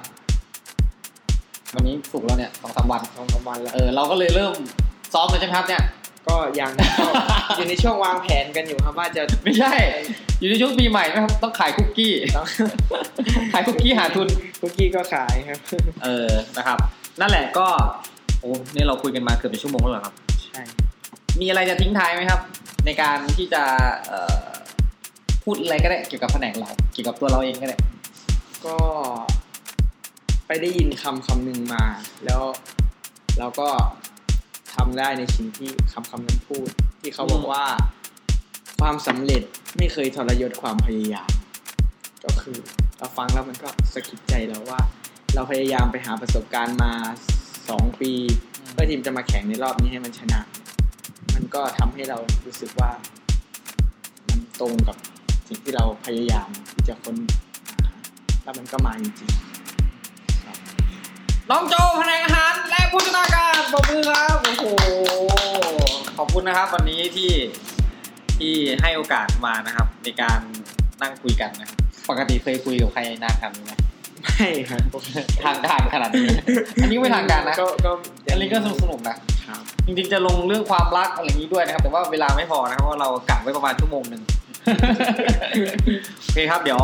Speaker 1: วันนี้สุกร์แล้วเนี่ยสองสามวัน
Speaker 2: สองสามวันแล้ว
Speaker 1: เออเราก็เลยเริ่มซ้อมเลยใช่ไหมครับเนี่ย
Speaker 2: ก็ยัง ก็อยู่ในช่วงวางแผนกันอยู่ครับว่าจะ
Speaker 1: ไม่ใช่ อยู่ในช่วงปีใหม่นะครับต้องขายคุกกี้
Speaker 2: ต้อง
Speaker 1: ขายคุกกี้หาทุน
Speaker 2: คุกกี้ก็ขายครับ
Speaker 1: เออนะครับ นั่นแหละก็โอ้นี่เราคุยกันมาเกือบจะชั่วโมงแล้วเหรอครับ
Speaker 2: ใช่
Speaker 1: มีอะไรจะทิ้งท้ายไหมครับ ในการที่จะเอ่อพูดอะไรก็ได้เกี่ยวกับแผนกเรา เกี่ยวกับตัวเราเองก็ได้
Speaker 2: ก็ไปได้ยินคำคำหนึ่งมา แล้วเราก็ทำได้ในสิ่งที่คำคำนั้นพูด ที่เขาบอกว่า ความสำเร็จไม่เคยทรยศความพยายาม ก็คือ เราฟังแล้วมันก็สะกิดใจแล้วว่า เราพยายามไปหาประสบการณ์มาสองปี เพื่อทีมจะมาแข่งในรอบนี้ให้มันชนะ มันก็ทำให้เรารู้สึกว่า มันตรงกับสิ่งที่เราพยายามที่จะค้นหาแล้วมันก็มาจริงๆครับ
Speaker 1: น้องโจแผนกอาหารและผู้ชนาการปรบมือครับโอ้โหขอบคุณนะครับ วันนี้ที่ที่ให้โอกาสมานะครับ ในการนั่งคุยกันนะครับปกติเคยคุยกับใครนานขนาดนี้ไหม
Speaker 2: ไม่ครับ
Speaker 1: ทางการขนาดนี้ อันนี้ไม่ทางการ นะ
Speaker 2: ก็ก็
Speaker 1: อันนี้ก็สนุกสนุกๆนะครับ จริงๆจะลงเรื่องความรักอะไรอย่างนี้ด้วยนะครับ แต่ว่าเวลาไม่พอนะครับเพราะเรากะไว้ประมาณชั่วโมงห นึ่ง โอเคครับ เดี๋ยว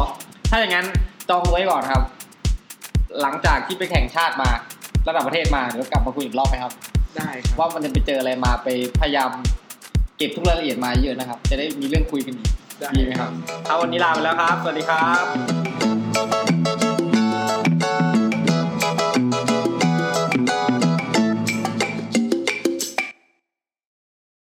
Speaker 1: ถ้าอย่างนั้นจองไว้ก่อนครับ หลังจากที่ไปแข่งชาติมาระดับประเทศมาเดี๋ยวกลับมาคุยอีกรอบไหมครับ
Speaker 2: ได้ครับ
Speaker 1: ว่ามันจะไปเจออะไรมาไปพยายาม เก็บทุกรายละเอียดมาเยอะนะครับ จะได้มีเรื่องคุยกันอีก
Speaker 2: ได้
Speaker 1: ดีไหมครับ ถ้าวันนี้ลาไปแล้วครับ สวัสดีครับ
Speaker 2: บ